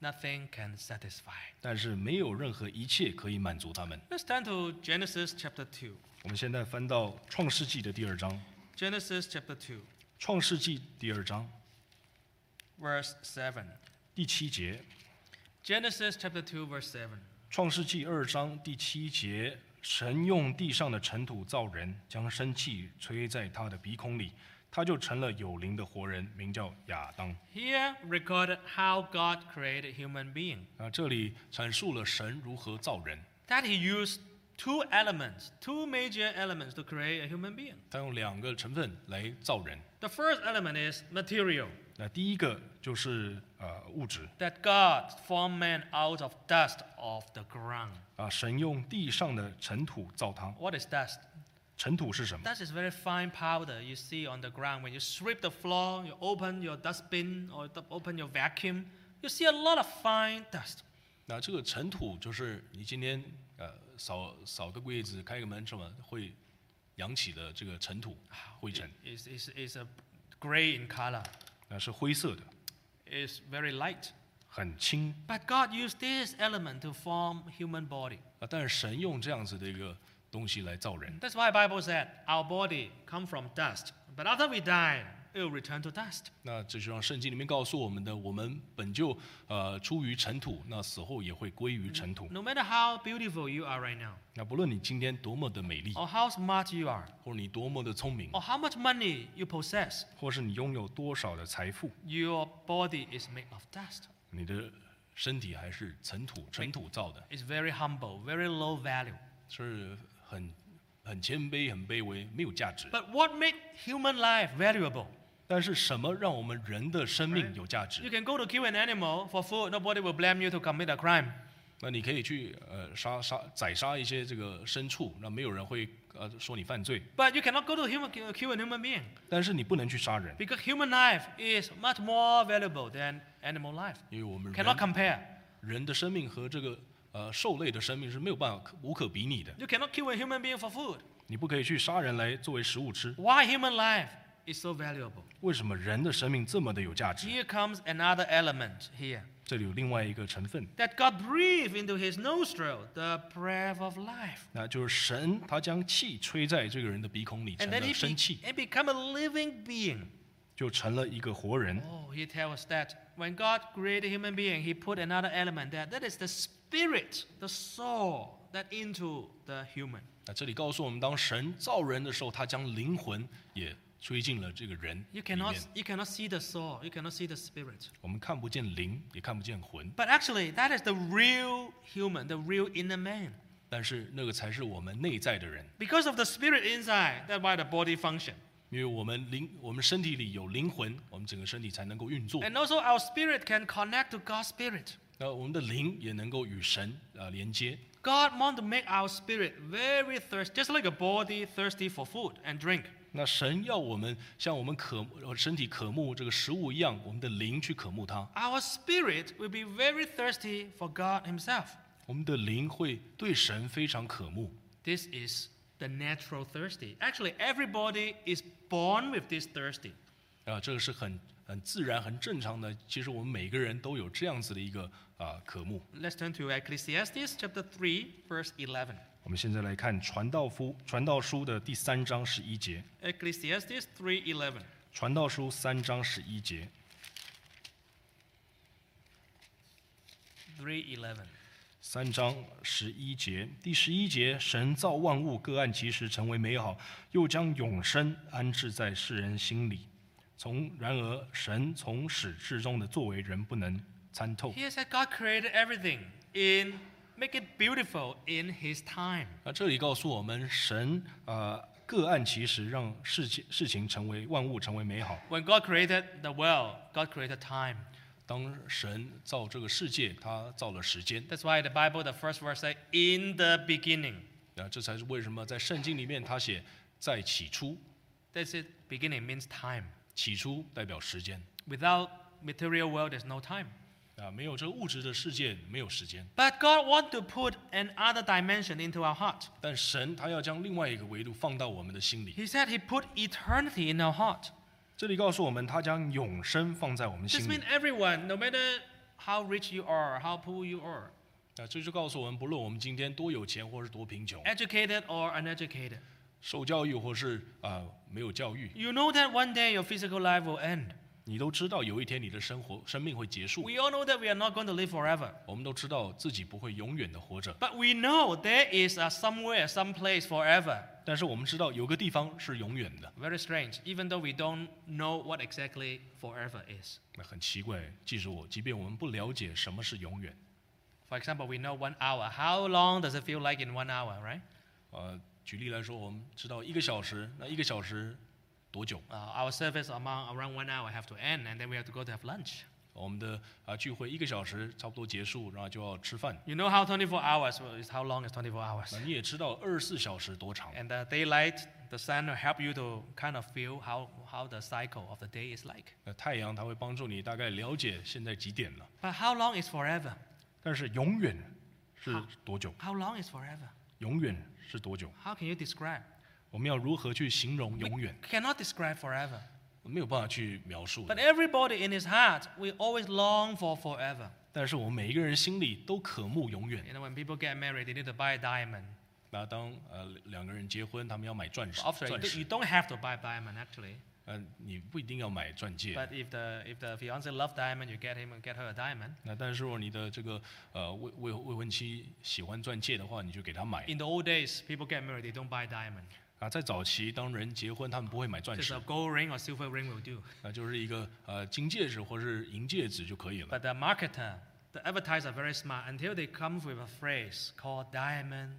Speaker 1: nothing can satisfy.
Speaker 2: 但是没有任何一切可以满足他们。
Speaker 1: Let's turn to Genesis chapter 2.
Speaker 2: 我们现在翻到《创世纪》的第二章，《
Speaker 1: Genesis chapter 2,
Speaker 2: 创世纪》第二章
Speaker 1: verse 7.
Speaker 2: 第七节，《
Speaker 1: Genesis chapter 2, verse 7.
Speaker 2: 创世纪》二章第七节，神用地上的尘土造人，将生气吹在他的鼻孔里，他就成了有灵的活人，名叫亚当。
Speaker 1: Here recorded how God created human being.
Speaker 2: 啊，这里阐述了神如何造人，
Speaker 1: That he used two elements, two major elements to create a human being.
Speaker 2: 他用两个成分来造人。
Speaker 1: The first element is material,
Speaker 2: 那第一个就是呃物质，
Speaker 1: that God formed man out of dust of the ground.
Speaker 2: 啊，神用地上的尘土造他。
Speaker 1: What is dust?
Speaker 2: 尘土是什么？
Speaker 1: Dust is very fine powder you see on the ground. When you sweep the floor, you open your dustbin or the- open your vacuum, you see a lot of fine dust.
Speaker 2: 那这个尘土就是你今天呃扫扫个柜子、开个门什么会扬起的这个尘土、灰尘，
Speaker 1: It's, it's, it's a gray in color,
Speaker 2: 那是灰色的，
Speaker 1: it's very light.
Speaker 2: 很轻
Speaker 1: But God used this element to form human body.
Speaker 2: 啊。但是神用这样子的一个东西来造人，
Speaker 1: That's why Bible said our body come from dust, but after we die, it will return to dust.
Speaker 2: 那这就让圣经里面告诉我们的，我们本就呃出于尘土，那死后也会归于尘土。
Speaker 1: No matter how beautiful you are right now,
Speaker 2: 那不论你今天多么的美丽，
Speaker 1: or how smart you are,
Speaker 2: 或者你多么的聪明，
Speaker 1: or how much money you possess,
Speaker 2: 或是你拥有多少的财富，
Speaker 1: your body is made of dust.
Speaker 2: 你的身体还是尘土尘土造的，
Speaker 1: It's very humble, very low value.
Speaker 2: 是很很谦卑、很卑微，没有价值。
Speaker 1: But what made human life valuable?
Speaker 2: 但是什么让我们人的生命有价
Speaker 1: You
Speaker 2: 值？
Speaker 1: can go to kill an animal for food. Nobody will blame you to commit a crime.
Speaker 2: 那你可以去呃杀杀宰杀一些这个牲畜，那没有人会呃说你犯罪，
Speaker 1: But you cannot go to human, kill a human being
Speaker 2: 但是你不能去杀人，
Speaker 1: because human life is much more valuable than animal life.
Speaker 2: 因为我们
Speaker 1: Cannot
Speaker 2: 人
Speaker 1: compare.
Speaker 2: 人的生命和这个呃兽类的生命是没有办法可无可比拟的。
Speaker 1: You cannot kill a human being for food.
Speaker 2: 你不可以去杀人来作为食物吃。
Speaker 1: Why human life is so valuable?
Speaker 2: 为什么人的生命这么的有价值？
Speaker 1: Here comes another element here
Speaker 2: 这里有另外一个成分，
Speaker 1: that God breathed into his nostril the breath of life.
Speaker 2: 那就是神他将气吹在这个人的鼻孔里，成
Speaker 1: And then
Speaker 2: 了
Speaker 1: he,
Speaker 2: 生
Speaker 1: be,
Speaker 2: 气，
Speaker 1: he become a living being.
Speaker 2: 就成了一个活人。
Speaker 1: Oh, he tells us that when God created human being, he put another element there. That is the spirit, the soul, that into the human.
Speaker 2: 那这里告诉我们，当神造人的时候，他将灵魂也吹进了这个人里
Speaker 1: You cannot,
Speaker 2: 面。
Speaker 1: you cannot see the soul. You cannot see the spirit.
Speaker 2: 我们看不见灵，也看不见魂，
Speaker 1: But actually, that is the real human, the real inner man.
Speaker 2: 但是那个才是我们内在的人，
Speaker 1: Because of the spirit inside, that's why the body function.
Speaker 2: 因为我们灵，我们身体里有灵魂，我们整个身体才能够运作。
Speaker 1: And also our spirit can connect to God's spirit.
Speaker 2: 那我们的灵也能够与神呃连接。
Speaker 1: God want to make our spirit very thirsty, just like a body thirsty for food and drink.
Speaker 2: 那神要我们像我们渴慕呃身体渴慕这个食物一样，我们的灵去渴慕它，
Speaker 1: Our spirit will be very thirsty for God himself.
Speaker 2: 我们的灵会对神非常渴慕。
Speaker 1: This is the natural thirsty. Actually, everybody is born with this thirsty.
Speaker 2: 啊，这个是很很自然、很正常的。其实我们每个人都有这样子的一个啊、渴慕。
Speaker 1: Let's turn to Ecclesiastes chapter 3, verse 11.
Speaker 2: 我们现在来看《传道夫传道书》的第三章十一节，《
Speaker 1: Ecclesiastes 3:11.
Speaker 2: 传道书》三章十一节，
Speaker 1: 3:11.
Speaker 2: 三章十一节，第十一节，神造万物，各按其时成为美好，又将永生安置在世人心里。从然而，神从始至终的作为人不能参透。
Speaker 1: Here said God created everything in make it beautiful in his time.
Speaker 2: 那这里告诉我们，神呃各按其时，让事情事情成为万物成为美好。
Speaker 1: When God created the world, God created time.
Speaker 2: 当神造这个世界，他造了时间。
Speaker 1: That's why the Bible, the first verse says, in the beginning.
Speaker 2: 那这才是为什么在圣经里面他写在起初，
Speaker 1: That's it. Beginning means time.
Speaker 2: 起初代表时间
Speaker 1: Without material world, there's no time.
Speaker 2: 啊，没有这个物质的世界没有时间。
Speaker 1: But God want to put another dimension into our heart.
Speaker 2: 但神他要将另外一个维度放到我们的心里。
Speaker 1: He said He put eternity in our heart.
Speaker 2: 这里告诉我们，他将永生放在我们
Speaker 1: This
Speaker 2: 心里
Speaker 1: means。everyone, no matter how rich you are, how poor you are,
Speaker 2: 啊，这就告诉我们，不论我们今天多有钱或是多贫穷，
Speaker 1: educated or uneducated,
Speaker 2: 受教育或是啊、没有教育，
Speaker 1: you know that one day your physical life will end.
Speaker 2: 你都知道有一天你的生活生命会结束。
Speaker 1: We all know that we are not going to live forever.
Speaker 2: 我们都知道自己不会永远的活着，
Speaker 1: But we know there is a somewhere, some place forever.
Speaker 2: 但是我们知道有个地方是永远的。
Speaker 1: Very strange, even though we don't know what exactly forever is.
Speaker 2: 那很奇怪，即使我，即便我们不了解什么是永远，
Speaker 1: For example, we know one hour. How long does it feel like in one hour, right?
Speaker 2: 呃，举例来说，我们知道一个小时，那一个小时多久？
Speaker 1: Uh, our service among around one hour have to end, and then we have to go to have lunch.
Speaker 2: 我们的啊聚会一个小时差不多结束，然后就要吃饭。
Speaker 1: You know how 24 hours well, is how long is 24 hours?
Speaker 2: 那你也知道二十四小时多长，
Speaker 1: And the daylight, the sun will help you to kind of feel how, how the cycle of the day is like.
Speaker 2: 那太阳它会帮助你大概了解现在几点了。
Speaker 1: But how long is forever?
Speaker 2: 但是永远是
Speaker 1: 好
Speaker 2: 多久？
Speaker 1: How long is forever?
Speaker 2: 永远是多久？
Speaker 1: How can you describe?
Speaker 2: 我们要如何去形容永远？
Speaker 1: Cannot describe forever.
Speaker 2: 没有办法去描述的
Speaker 1: But everybody in his heart, we always long for forever.
Speaker 2: 但是我们每一个人心里都渴慕永远。
Speaker 1: You know, when people get married, they need to buy a diamond.
Speaker 2: 那当呃两个人结婚，他们要买钻石，
Speaker 1: After,
Speaker 2: 钻
Speaker 1: you,
Speaker 2: 石
Speaker 1: you，don't have to buy diamond actually.
Speaker 2: 嗯、你不一定要买钻戒。
Speaker 1: But if the if the fiance love diamond, you get him and get her a diamond.
Speaker 2: 那但是如果你的这个呃未未未婚妻喜欢钻戒的话，你就给她买。
Speaker 1: In the old days, people get married, they don't buy diamond.
Speaker 2: 啊，在早期当人结婚，他们不会买钻
Speaker 1: Just
Speaker 2: 石
Speaker 1: a，gold ring or silver ring will do.
Speaker 2: 那就是一个呃金戒指或是银戒指就可以了。
Speaker 1: But the marketer, The advertisers are very smart until they come with a phrase called diamond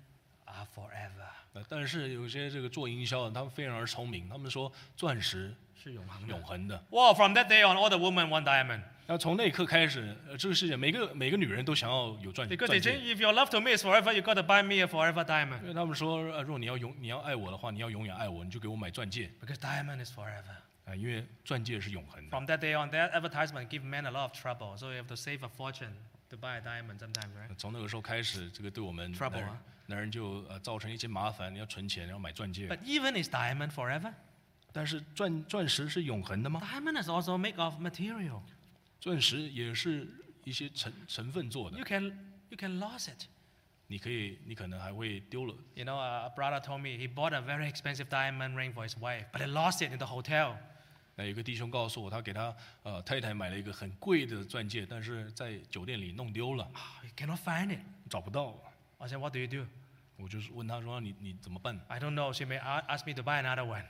Speaker 1: are forever.
Speaker 2: 呃，但是有些这个做营销的，他们非常而聪明，他们说钻石
Speaker 1: 是永恒的
Speaker 2: 永恒的。
Speaker 1: Well, from that day on, all the women want diamond
Speaker 2: 那从那一刻开始，呃，这个世界每个每个女人都想要有钻
Speaker 1: because they
Speaker 2: 钻
Speaker 1: think
Speaker 2: 戒，
Speaker 1: if your love to me is forever, you got to buy me a forever diamond
Speaker 2: 因为他们说，呃，如果你要永你要爱我的话，你要永远爱我，你就给我买钻戒
Speaker 1: because diamond is forever.
Speaker 2: 啊、因为钻戒是永恒的。
Speaker 1: From that day on, that advertisement give men a lot of trouble, so you have to save a fortune to buy a diamond sometimes, right?
Speaker 2: 呃从那个时候开始，这个对我们
Speaker 1: Trouble
Speaker 2: 男人
Speaker 1: 啊
Speaker 2: 男人就呃造成一些麻烦，你要存钱，要买钻戒。
Speaker 1: But even is diamond forever?
Speaker 2: 但是钻钻石是永恒的吗？
Speaker 1: Diamond is also made of material.
Speaker 2: 钻石也是一些成成分做的
Speaker 1: You，can you can lose it.
Speaker 2: 你可以你可能还会丢了。
Speaker 1: You know, a a brother told me he bought a very expensive diamond ring for his wife, but he lost it in the hotel.
Speaker 2: 那呃有个弟兄告诉我，他给他呃太太买了一个很贵的钻戒，但是在酒店里弄丢了，
Speaker 1: Oh, you cannot find it.
Speaker 2: 找不到。
Speaker 1: I said, what do you do?
Speaker 2: 我就是问他说你你怎么办？
Speaker 1: I don't know. She may a- ask me to buy another one.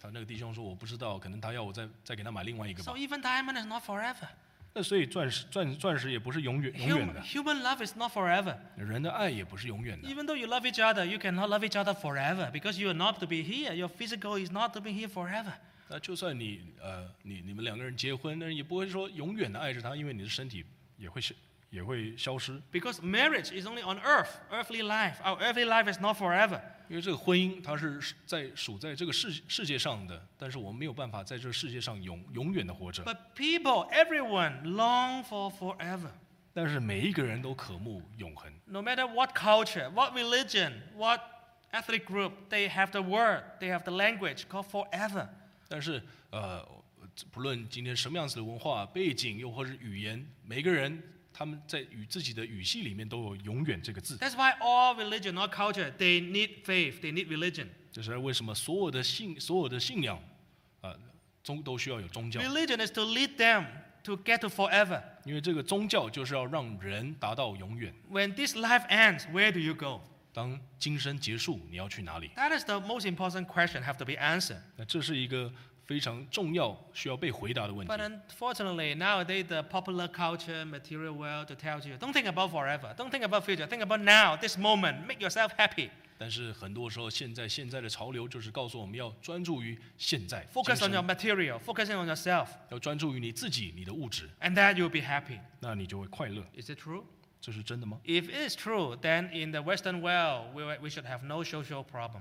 Speaker 2: 他那个弟兄说我不知道，可能他要我再再给他买另外一个吧
Speaker 1: So。even diamond is not forever.
Speaker 2: 那所以钻石钻钻石也不是永远永远
Speaker 1: Human,
Speaker 2: 的，
Speaker 1: human love is not forever.
Speaker 2: 人的爱也不是永远的。
Speaker 1: Even though you love each other, you cannot love each other forever because you are not to be here. Your physical is not to be here forever.
Speaker 2: 那就算你呃你你们两个人结婚，但是也不会说永远的爱着他，因为你的身体也会消也会消失。
Speaker 1: Because marriage is only on earth, earthly life. Our earthly life is not forever.
Speaker 2: 因为这个婚姻它是在属在这个世世界上的，但是我们没有办法在这个世界上永永远的活着。
Speaker 1: But people, everyone, long for forever.
Speaker 2: 但是每一个人都渴慕永恒，
Speaker 1: No matter what culture, what religion, what ethnic group, they have the word, they have the language called forever.
Speaker 2: 但是呃，不论今天什么样子的文化背景，又或是语言，每个人他们在与自己的语系里面都有“永远”这个字。
Speaker 1: That's why all religion, all culture, they need faith, they need religion.
Speaker 2: 这是为什么所有的信所有的信仰，呃，宗都需要有宗教，
Speaker 1: Religion is to lead them to get to forever.
Speaker 2: 因为这个宗教就是要让人达到永远。
Speaker 1: When this life ends, where do you go?
Speaker 2: 当今生结束，你要去哪里？
Speaker 1: That is the most important question have to be answered.
Speaker 2: 那这是一个非常重要需要被回答的问题
Speaker 1: But。unfortunately, uh， nowadays the popular culture, material world to tell you, don't think about forever, don't think about future, think about now, this moment, make yourself happy.
Speaker 2: 但是很多时候，现在现在的潮流就是告诉我们要专注于现在，今
Speaker 1: Focus on
Speaker 2: 生
Speaker 1: your material, focusing on yourself,
Speaker 2: 要专注于你自己、你的物质，
Speaker 1: and then you'll be happy.
Speaker 2: 那你就会快乐。
Speaker 1: Is it true?
Speaker 2: 这是真的吗？
Speaker 1: If it is true, then in the Western world, we, we should have no social problem.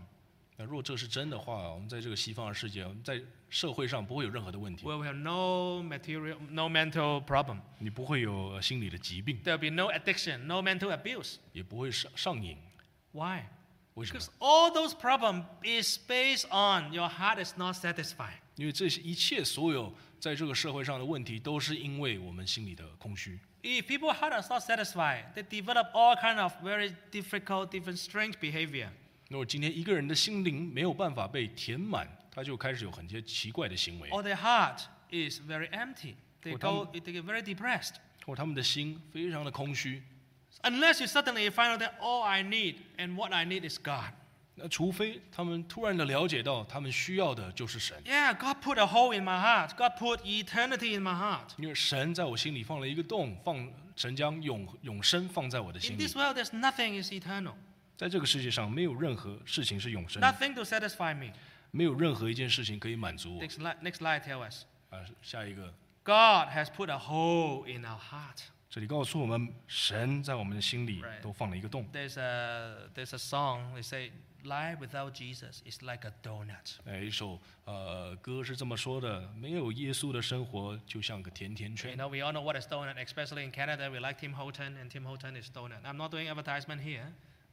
Speaker 2: 那若这是真的话，我们在这个西方的世界，我们在社会上不会有任何的问题，
Speaker 1: We will have no material, no mental problem.
Speaker 2: 你不会有呃心理的疾病，
Speaker 1: There will be no addiction, no mental abuse.
Speaker 2: 也不会上上瘾。
Speaker 1: Why?
Speaker 2: 为什么
Speaker 1: Because？all those problems is based on your heart is not satisfied.
Speaker 2: 因为这些一切所有在这个社会上的问题，都是因为我们心里的空虚。
Speaker 1: If people heart is not satisfied, they develop all kind of very difficult, different, strange behavior.
Speaker 2: 如果今天一个人的心灵没有办法被填满，他就开始有很些奇怪的行为，
Speaker 1: Or their heart is very empty. They
Speaker 2: Well,
Speaker 1: go, they get very depressed.
Speaker 2: 或他们的心非常的空虚。
Speaker 1: Unless you suddenly find out that all I need and what I need is God.
Speaker 2: 那除非他们突然的了解到，他们需要的就是神，
Speaker 1: Yeah, God put a hole in my heart. God put eternity in my heart.
Speaker 2: 因为神在我心里放了一个洞，放神将永永生放在我的
Speaker 1: In
Speaker 2: 心里
Speaker 1: this。world, there's nothing is eternal.
Speaker 2: 在这个世界上，没有任何事情是永生的，
Speaker 1: Nothing to satisfy me.
Speaker 2: 没有任何一件事情可以满足我。
Speaker 1: Next, li- next line tell us.
Speaker 2: 啊，下一个，
Speaker 1: God has put a hole in our heart.
Speaker 2: 这里告诉我们，神在我们的心里
Speaker 1: Right
Speaker 2: 都放了一个洞。
Speaker 1: There's a, there's a song, they say, life without Jesus is like a donut.
Speaker 2: 哎，一首呃歌是这么说的：没有耶稣的生活就像个甜甜
Speaker 1: You
Speaker 2: 圈。
Speaker 1: know, we all know what is donut, especially in Canada, we like Tim Horton, and Tim Horton is donut. I'm not doing advertisement here,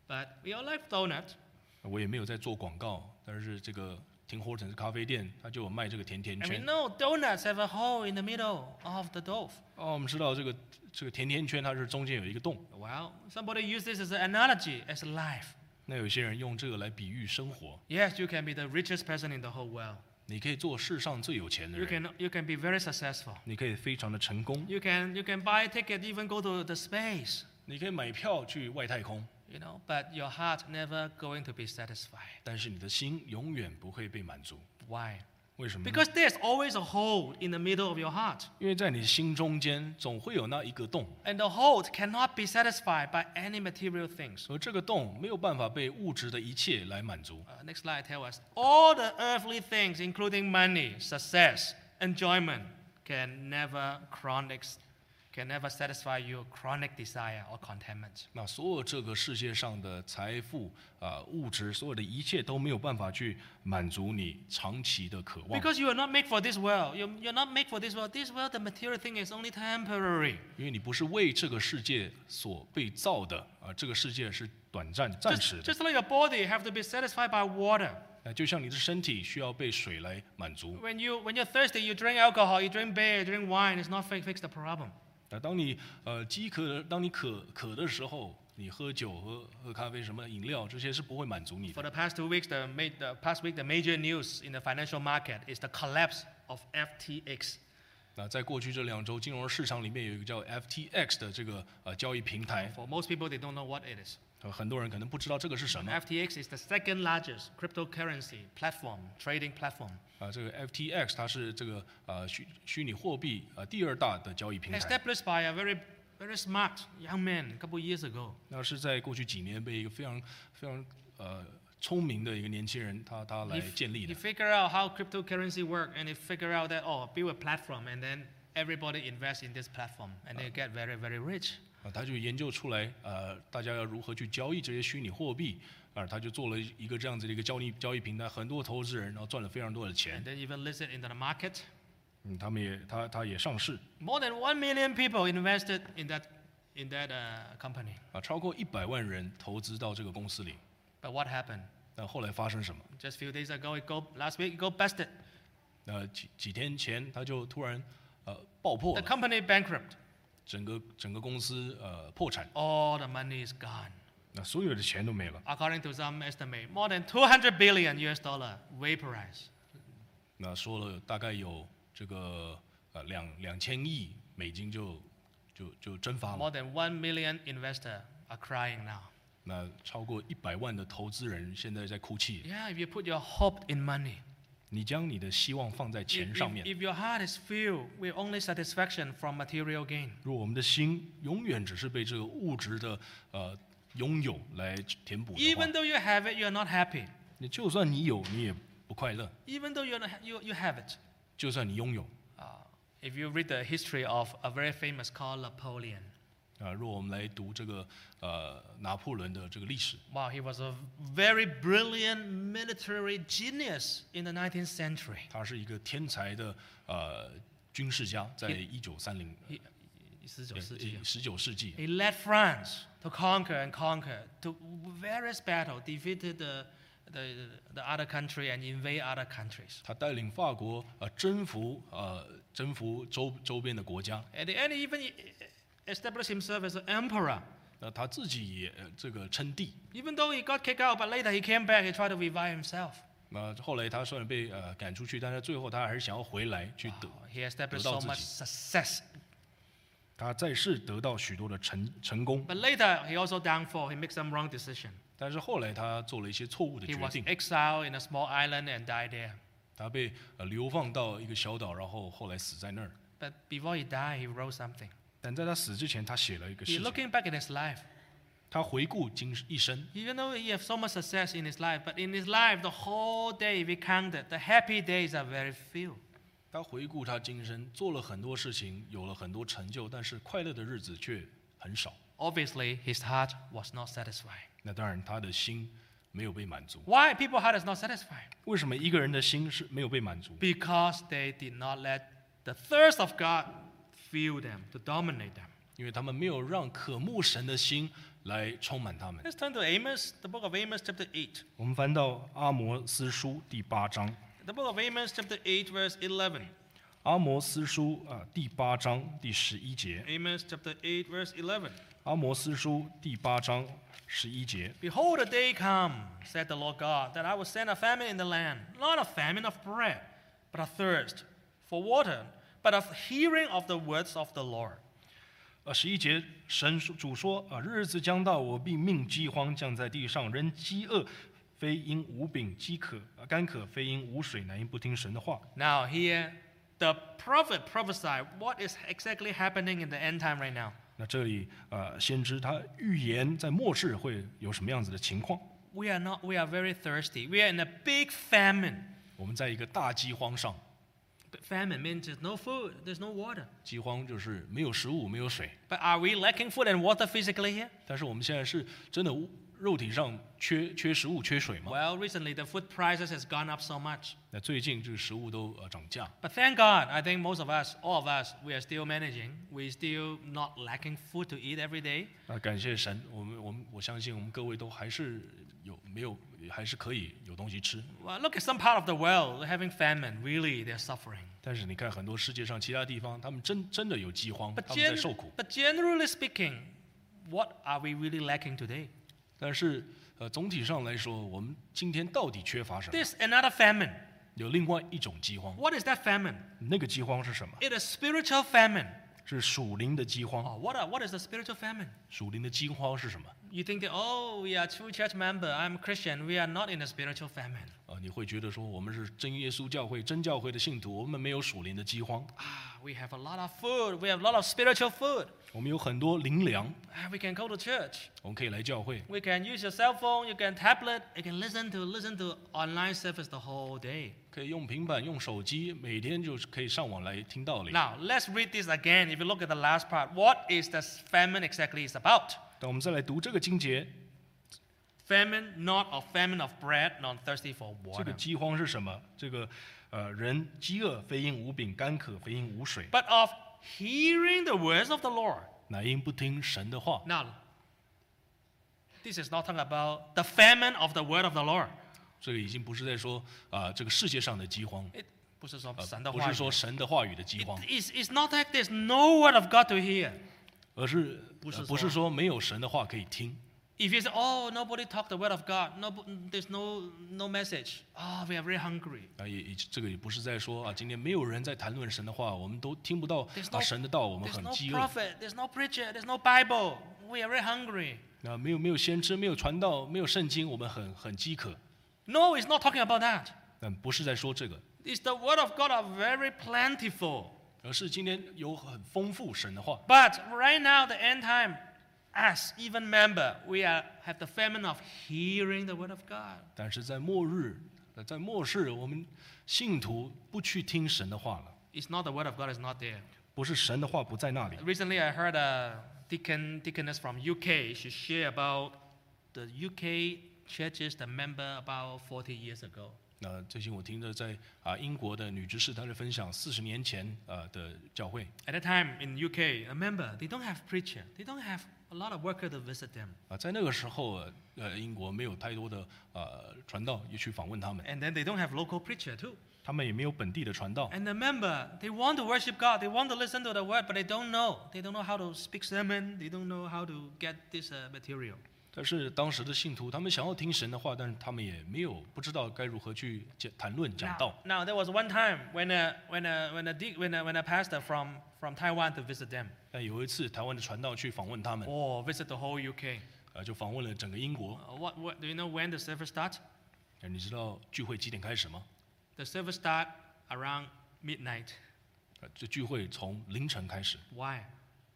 Speaker 1: but we all like donut.
Speaker 2: 我也没有在做广告，但是这个停火城咖啡店，它就有卖这个甜甜
Speaker 1: And we
Speaker 2: 圈。
Speaker 1: know donuts have a hole in the middle of the dough.
Speaker 2: 哦，我们知道这个这个甜甜圈，它是中间有一个洞。
Speaker 1: Well, somebody used this as an analogy, as life.
Speaker 2: 那有些人用这个来比喻生活，
Speaker 1: Yes, you can be the richest person in the whole world.
Speaker 2: 你可以做世上最有钱的
Speaker 1: You
Speaker 2: 人，
Speaker 1: can, you can be very successful.
Speaker 2: 你可以非常的成功，
Speaker 1: You can, you can buy a ticket, even go to the space,
Speaker 2: 你可以买票去外太空，
Speaker 1: you know, but your heart never going to be satisfied.
Speaker 2: 但是你的心永远不会被满足。
Speaker 1: Why?
Speaker 2: 为什么呢？
Speaker 1: Because there's always a hole in the middle of your heart.
Speaker 2: 因为在你心中间总会有那一个洞，
Speaker 1: And the hole cannot be satisfied by any material things.
Speaker 2: 而这个洞没有办法被物质的一切来满足。
Speaker 1: Uh, next slide tell us all the earthly things, including money, success, enjoyment, can never chronic, can never satisfy your chronic desire or contentment.
Speaker 2: 那所有这个世界上的财富啊、物质，所有的一切都没有办法去满足你长期的渴望，
Speaker 1: Because you are not made for this world. You're, you're not made for this world. This world, the material thing is only temporary.
Speaker 2: 因为你不是为这个世界所被造的啊、这个世界是短暂、暂
Speaker 1: Just,
Speaker 2: 时的。
Speaker 1: just like your body have to be satisfied by water.
Speaker 2: 那就像你的身体需要被水来满足。
Speaker 1: When, you, when you're thirsty, you drink alcohol, you drink beer, you drink wine. It's not fi- fix the problem.
Speaker 2: 那当你呃饥渴的，当你渴渴的时候，你喝酒、喝喝咖啡、什么饮料，这些是不会满足你
Speaker 1: For
Speaker 2: 的。
Speaker 1: the past two weeks, the, ma- the past week, the major news in the financial market is the collapse of FTX.
Speaker 2: 那在过去这两周，金融市场里面有一个叫 FTX 的这个呃交易平台，
Speaker 1: For most people, they don't know what it is.
Speaker 2: 呃很多人可能不知道这个是什么。
Speaker 1: FTX is the second largest cryptocurrency platform, trading platform.
Speaker 2: 啊，这个 FTX 它是这个呃虚虚拟货币呃第二大的交易平台，
Speaker 1: Established by a very, very smart young man a couple years ago.
Speaker 2: 那是在过去几年被一个非常非常呃聪明的一个年轻人他他来
Speaker 1: He,
Speaker 2: 建立
Speaker 1: he
Speaker 2: 的。
Speaker 1: figured out how cryptocurrency work and he figured out that, oh, build a platform and then everybody invests in this platform and they get very, very rich.
Speaker 2: 啊，他就研究出来，呃，大家要如何去交易这些虚拟货币，啊，他就做了一个这样子的一个交易交易平台，很多投资人然后赚了非常多的
Speaker 1: And
Speaker 2: 钱，
Speaker 1: they even listed into the market.
Speaker 2: 嗯，他们也他他也上市，
Speaker 1: More than 1 million people invested in that, in that uh, company.
Speaker 2: 啊，超过一百万人投资到这个公司里，
Speaker 1: But what happened?
Speaker 2: 那后来发生什么？
Speaker 1: Just a few days ago, it go, last week, it go busted.
Speaker 2: 那几几天前他就突然呃爆破
Speaker 1: The
Speaker 2: 了，
Speaker 1: company bankrupt.
Speaker 2: 整个整个公司呃破产，
Speaker 1: All the money is gone.
Speaker 2: 那所有的钱都没了，
Speaker 1: According to some estimate, more than 200 billion US dollar vaporized.
Speaker 2: 那说了大概有这个呃两两千亿美金就就就蒸发了。
Speaker 1: More than 1 million investor are crying now.
Speaker 2: 那超过一百万的投资人现在在哭泣。
Speaker 1: Yeah, if you put your hope in money,
Speaker 2: 你将你的希望放在
Speaker 1: if,
Speaker 2: 钱
Speaker 1: if-
Speaker 2: 上面。
Speaker 1: if your heart is filled with only satisfaction from material gain,
Speaker 2: 如果我们的心永远只是被这个物质的呃拥有来填补的话
Speaker 1: even，though you have it, you're not happy.
Speaker 2: 你就算你有，你也不快乐；
Speaker 1: Even though you're not, you, you have it.
Speaker 2: 就算你拥有，
Speaker 1: Uh, if you read the history of a very famous called Napoleon,
Speaker 2: 啊、若我们来读这个呃拿破仑的这个历史，
Speaker 1: wow, he was a very brilliant military genius in the 19th century.
Speaker 2: 他是一个天才的呃军事家，在一九三零
Speaker 1: He, 19世纪啊。
Speaker 2: 十九世纪，
Speaker 1: He led France to conquer and conquer, to various battle, defeated the, the, the other country and invade other countries.
Speaker 2: 他带领法国呃征服呃征服周周边的国家，
Speaker 1: At the end, he even e-, established himself as an emperor.
Speaker 2: 那他自己也、呃这个称帝。
Speaker 1: Even though he got kicked out, but later he came back, he tried to revive himself.
Speaker 2: 那啊后来他虽然被呃赶出去，但是最后他还是想要回来去得，
Speaker 1: He established so much success.
Speaker 2: 他再世得到许多的成成功，
Speaker 1: But later, he also downfall. He made some wrong decision.
Speaker 2: 但是后来他做了一些错误的
Speaker 1: He
Speaker 2: 决
Speaker 1: was
Speaker 2: 定，
Speaker 1: exiled in a small island and died there.
Speaker 2: 他被呃流放到一个小岛，然后后来死在那儿。
Speaker 1: But before he died, he wrote something.
Speaker 2: 但在他死之前，他写了一个诗
Speaker 1: He
Speaker 2: 情，
Speaker 1: looking back at his life.
Speaker 2: 他回顾今一生，
Speaker 1: Even though he have so much success in his life, but in his life, the whole day we counted, the happy days are very few.
Speaker 2: 他回顾他今生做了很多事情，有了很多成就，但是快乐的日子却很少。
Speaker 1: Obviously, his heart was not satisfied.
Speaker 2: 那当然，他的心没有被满足。
Speaker 1: Why people heart is not satisfied?
Speaker 2: 为什么一个人的心是没有被满足？
Speaker 1: Because they did not let the thirst of God fill them, to dominate them.
Speaker 2: 因为他们没有让渴慕神的心来充满他们。
Speaker 1: Let's turn to Amos, the book of Amos, chapter 8.
Speaker 2: 我们翻到阿摩斯书第八章，
Speaker 1: The book of Amos, chapter 8, verse 11.
Speaker 2: 阿摩斯书啊、第八章第十一节，
Speaker 1: Amos chapter 8, verse 11.
Speaker 2: 阿摩斯书第八章十一节，
Speaker 1: Behold, the day come, said the Lord God, that I will send a famine in the land, not a famine of bread, but a thirst for water, but a hearing of the words of the Lord.
Speaker 2: 啊，十一节，呃神主说啊，日子将到，我必命饥荒降在地上，人饥饿，非因无饼饥渴，呃干渴；非因无水难因不听神的话。
Speaker 1: Now, here, the prophet prophesied what is exactly happening in the end time right now.
Speaker 2: 那这里呃，先知他预言在末世会有什么样子的情况？
Speaker 1: We are not, we are very thirsty. We are in a big famine.
Speaker 2: 我们在一个大饥荒上，
Speaker 1: But famine means there's no food, there's no water.
Speaker 2: 饥荒就是没有食物，没有水。
Speaker 1: But are we lacking food and water physically here?
Speaker 2: 但是我们现在是真的物肉体上缺缺食物、缺水嘛？
Speaker 1: Well, recently the food prices has gone up so much.
Speaker 2: 那最近这个食物都呃涨价，
Speaker 1: But thank God, I think most of us, all of us, we are still managing. We're still not lacking food to eat every day.
Speaker 2: 那感谢神，我们我们我相信我们各位都还是有没有还是可以有东西吃。
Speaker 1: Well, look at some part of the world, they're having famine. Really, they're suffering.
Speaker 2: 但是你看很多世界上其他地方，他们真真的有饥荒，
Speaker 1: But,
Speaker 2: 他们在
Speaker 1: gen-
Speaker 2: 受苦。
Speaker 1: but generally speaking, what are we really lacking today?
Speaker 2: 但是呃，总体上来说，我们今天到底缺乏什么？
Speaker 1: There's another famine.
Speaker 2: 有另外一种饥荒，
Speaker 1: What is that famine?
Speaker 2: 那个饥荒是什么？
Speaker 1: It is spiritual famine.
Speaker 2: 是属灵的饥荒。
Speaker 1: Oh, what, are, what is the spiritual famine?
Speaker 2: 属灵的饥荒是什么？
Speaker 1: You think that, oh, we are true church member, I'm Christian, we are not in a spiritual famine.
Speaker 2: 呃，你会觉得说我们是真耶稣教会、真教会的信徒，我们没有属灵的饥荒，
Speaker 1: Ah, we have a lot of food, we have a lot of spiritual food.
Speaker 2: 我们有很多灵粮，
Speaker 1: Ah, we can go to church.
Speaker 2: 我们可以来教会，
Speaker 1: We can use your cell phone, you can tablet, you can listen to listen to online service the whole day.
Speaker 2: 可以用平板、用手机，每天就是可以上网来听道理。
Speaker 1: Now, let's read this again. If you look at the last part, what is the famine exactly is about?
Speaker 2: 但我们再来读这个经节，
Speaker 1: Famine, not a famine of bread, not thirsty for
Speaker 2: 这个
Speaker 1: water,
Speaker 2: 饥荒是什么？这个呃，人饥饿，非因无饼；干渴，非因无水。
Speaker 1: but of hearing the words of the Lord.
Speaker 2: 乃因不听神的话。
Speaker 1: Now, this is not talking about the famine of the word of the Lord.
Speaker 2: 这个已经不是在说啊、这个世界上的饥荒，
Speaker 1: It 不是说
Speaker 2: 呃不
Speaker 1: 神的话语。
Speaker 2: 是说神的话语的饥
Speaker 1: It
Speaker 2: 荒，
Speaker 1: is it's not that there's no word of God to hear.
Speaker 2: 而是
Speaker 1: 不是说
Speaker 2: 呃不是说没有神的话可以听。
Speaker 1: If you say, oh, nobody talk the word of God, no, there's no, no message. Oh, we are very hungry.
Speaker 2: 啊，也也这个也不是在说啊，今天没有人在谈论神的话，我们都听不到
Speaker 1: There's
Speaker 2: 啊
Speaker 1: no-
Speaker 2: 神的道，我们
Speaker 1: There's
Speaker 2: 很
Speaker 1: no
Speaker 2: 饥饿。
Speaker 1: prophet, there's no preacher, there's no Bible. We are very hungry.
Speaker 2: 啊，没有没有先知，没有传道，没有圣经，我们很很饥渴。
Speaker 1: No, it's not talking about that.
Speaker 2: 嗯，不是在说这个，
Speaker 1: It's the word of God are very plentiful.
Speaker 2: 而是今天有很丰富神的话。
Speaker 1: But right now, the end time, us, even member, we are, have the famine of hearing the word of God.
Speaker 2: 但是在末日，呃在末世，我们信徒不去听神的话了，
Speaker 1: It's not the word of God is not there.
Speaker 2: 不是神的话不在那里。
Speaker 1: Recently, I heard a deacon deaconess from UK. She shared about the UK churches the member about 40 years ago.
Speaker 2: 那最近我听着在啊英国的女执事她在分享四十年前呃的教会
Speaker 1: At that time in UK, remember they don't have preacher. They don't have a lot of worker to visit them.
Speaker 2: 啊，在那个时候呃呃英国没有太多的呃传道也去访问他们，
Speaker 1: And then they don't have local preacher too.
Speaker 2: 他们也没有本地的传道，
Speaker 1: And the member, they want to worship God. They want to listen to the word, but they don't know. They don't know how to speak sermon. They don't know how to get this uh, material.
Speaker 2: 但是当时的信徒他们想要听神的话，但是他们也没有不知道该如何去讲谈论讲
Speaker 1: Now,
Speaker 2: 道。
Speaker 1: now there was one time when a when a when a de- when a, when a pastor from from Taiwan to visit them
Speaker 2: 但有一次台湾的传道去访问他们，
Speaker 1: or visit the whole UK.
Speaker 2: 呃就访问了整个英国。
Speaker 1: Uh, What, what do you know when the service starts?
Speaker 2: 呃你知道聚会几点开始吗？
Speaker 1: The service start around midnight.
Speaker 2: 呃这聚会从凌晨开始，
Speaker 1: Why?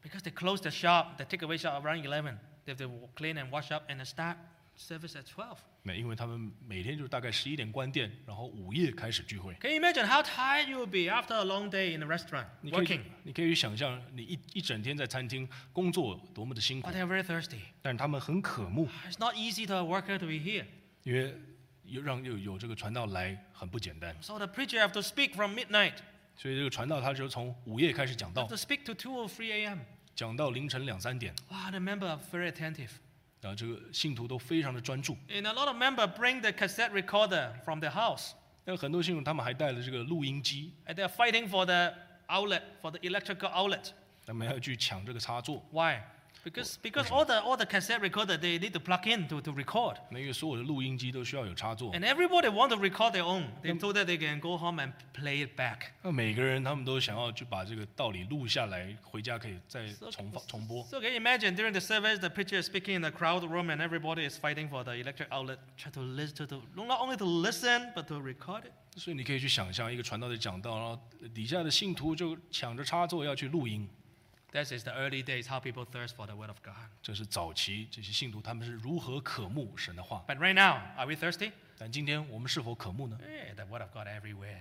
Speaker 1: Because they close the shop, the takeaway shop around 11. They have to clean and wash up and they start service at 12.
Speaker 2: 那因为他们每天就大概十一点关店，然后午夜开始聚会。
Speaker 1: Can you imagine how tired you will be after a long day in a restaurant
Speaker 2: 你可以
Speaker 1: working?
Speaker 2: 你可以想象，你一一整天在餐厅工作多么的辛苦
Speaker 1: But，they're very thirsty.
Speaker 2: 但是他们很渴慕，
Speaker 1: It's not easy to a worker to be here.
Speaker 2: 因为有让有有这个传道来很不简单，
Speaker 1: So the preacher have to speak from midnight.
Speaker 2: 所以这个传道他就从午夜开始讲
Speaker 1: Have
Speaker 2: 道，
Speaker 1: to speak to 2 or 3 a.m.
Speaker 2: 讲到凌晨两三点，
Speaker 1: Wow, the member are very attentive.
Speaker 2: 然后这个信徒都非常的专注。
Speaker 1: And a lot of member bring the cassette recorder from their house.
Speaker 2: 但很多信徒他们还带了这个录音机，
Speaker 1: And they're fighting for the outlet, for the electrical outlet.
Speaker 2: 他们要去抢这个插座，
Speaker 1: Why? Because, because all, the, all the cassette recorder, they need to plug in to, to record.
Speaker 2: 因为所有的录音机都需要有插座。
Speaker 1: And everybody want to record their own. They told that they can go home and play it back.
Speaker 2: 那每个人他们都想要去把这个道理录下来，回家可以再重放重播。
Speaker 1: So can you imagine during the service, the preacher is speaking in the crowd room and everybody is fighting for the electric outlet, try to listen to, to not only to listen but to record it.
Speaker 2: 所以你可以去想象一个传道的讲道，然后底下的信徒就抢着插座要去录音。
Speaker 1: This is the early days how people thirst for the word of God.
Speaker 2: 这是早期这些信徒他们是如何渴慕神的话。
Speaker 1: But right now, are we thirsty?
Speaker 2: 但今天我们是否渴慕呢？
Speaker 1: Yeah, the word of God everywhere.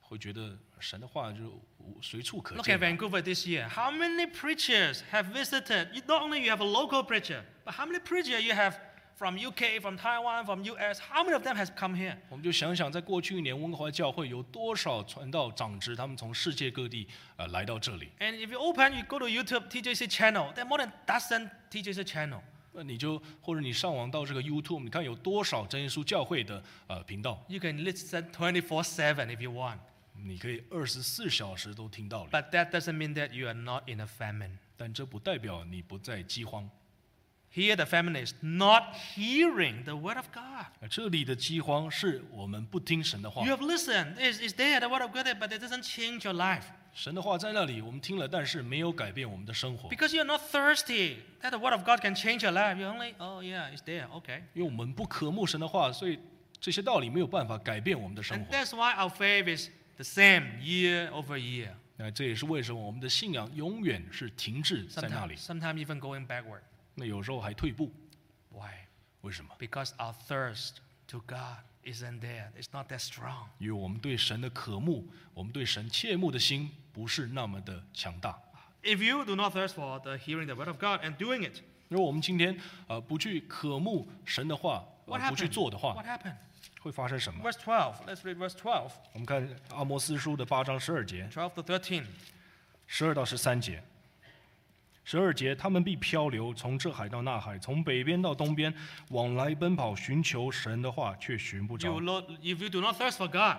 Speaker 2: 会觉得神的话就无随处可
Speaker 1: Look at
Speaker 2: 见。
Speaker 1: Vancouver this year. How many preachers have visited? You, not only you have a local preacher, but how many preachers you have from UK, from Taiwan, from US? How many of them has come here?
Speaker 2: 我们就想想，在过去一年温哥华教会有多少传道长职，他们从世界各地呃来到这里。
Speaker 1: And if you open, you go to YouTube TJC channel. There are more than dozen TJC channel.
Speaker 2: 那你就或者你上网到这个 YouTube，你看有多少真耶稣教会的呃频道，
Speaker 1: You can listen 24/7 if you want.
Speaker 2: 你可以二十四小时都听到了。
Speaker 1: But that doesn't mean that you are not in a famine.
Speaker 2: 但这不代表你不再饥荒。
Speaker 1: Here, the famine is not hearing the word of God.
Speaker 2: 呃这里的饥荒是我们不听神的话
Speaker 1: You，have listened. It's, it's there, the word of God, but it doesn't change your life
Speaker 2: 神的话在那里，我们听了，但是没有改变我们的生活，
Speaker 1: because you're not thirsty. That the word of God can change your life. You're only, oh yeah, it's there, okay.
Speaker 2: 因为我们不渴慕神的话，所以这些道理没有办法改变我们的生
Speaker 1: And
Speaker 2: 活。
Speaker 1: that's why our faith is the same year over year.
Speaker 2: 那这也是为什么我们的信仰永远是停滞在那里
Speaker 1: Sometimes,，sometimes even going backward.
Speaker 2: 那有时候还退步，
Speaker 1: Why?
Speaker 2: 为什么？
Speaker 1: Because our thirst to God isn't there. It's not that strong.
Speaker 2: 因为我们对神的渴慕，我们对神切慕的心不是那么的强大。
Speaker 1: If you do not thirst for the hearing the word of God and doing it,
Speaker 2: 如果我们今天呃不去渴慕神的话，呃
Speaker 1: what
Speaker 2: 不去
Speaker 1: happened?
Speaker 2: 做的话
Speaker 1: What，happened?
Speaker 2: 会发生什么？
Speaker 1: Verse 12. Let's read verse 12.
Speaker 2: 我们看阿摩斯书的八章十二节。
Speaker 1: 12 to 13.
Speaker 2: 十二到十三节。十二节，他们必漂流，从这海到那海，从北边到东边，往来奔跑，寻求神的话，却寻不
Speaker 1: You
Speaker 2: 着
Speaker 1: will。lo- if you do not thirst for God,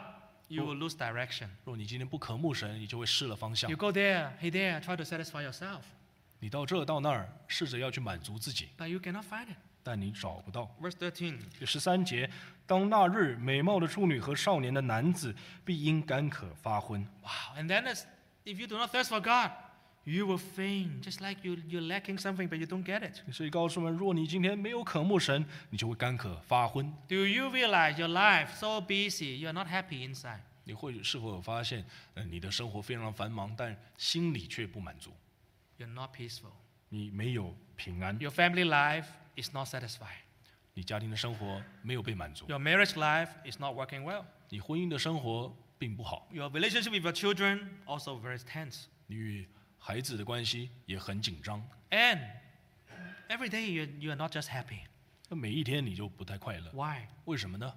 Speaker 1: you will lose direction.
Speaker 2: 若你今天不渴慕神，你就会失了方向
Speaker 1: You。go there, hey there, try to satisfy yourself,
Speaker 2: 你到这到那儿，试着要去满足自己，
Speaker 1: but you cannot find it.
Speaker 2: 但你找不到。
Speaker 1: Verse 13.
Speaker 2: 十三节，当那日，美貌的处女和少年的男子必因干渴发昏。
Speaker 1: Wow. And then it's, if you do not thirst for God, you will faint, just like you, you're lacking something, but you don't get it.
Speaker 2: 所以告诉我们，若你今天没有渴慕神，你就会干渴发昏。
Speaker 1: Do you realize your life so busy, you're not happy inside?
Speaker 2: 你会是否有发现，呃，你的生活非常繁忙，但心里却不满足？
Speaker 1: You're not peaceful.
Speaker 2: 你没有平安，
Speaker 1: Your family life is not satisfied.
Speaker 2: 你家庭的生活没有被满足，
Speaker 1: Your marriage life is not working well.
Speaker 2: 你婚姻的生活并不好，
Speaker 1: Your relationship with your children also very tense.
Speaker 2: 你与孩子的关系也很紧张，
Speaker 1: And every day you you are not just happy.
Speaker 2: 那每一天你就不太快乐，
Speaker 1: Why?
Speaker 2: 为什么呢？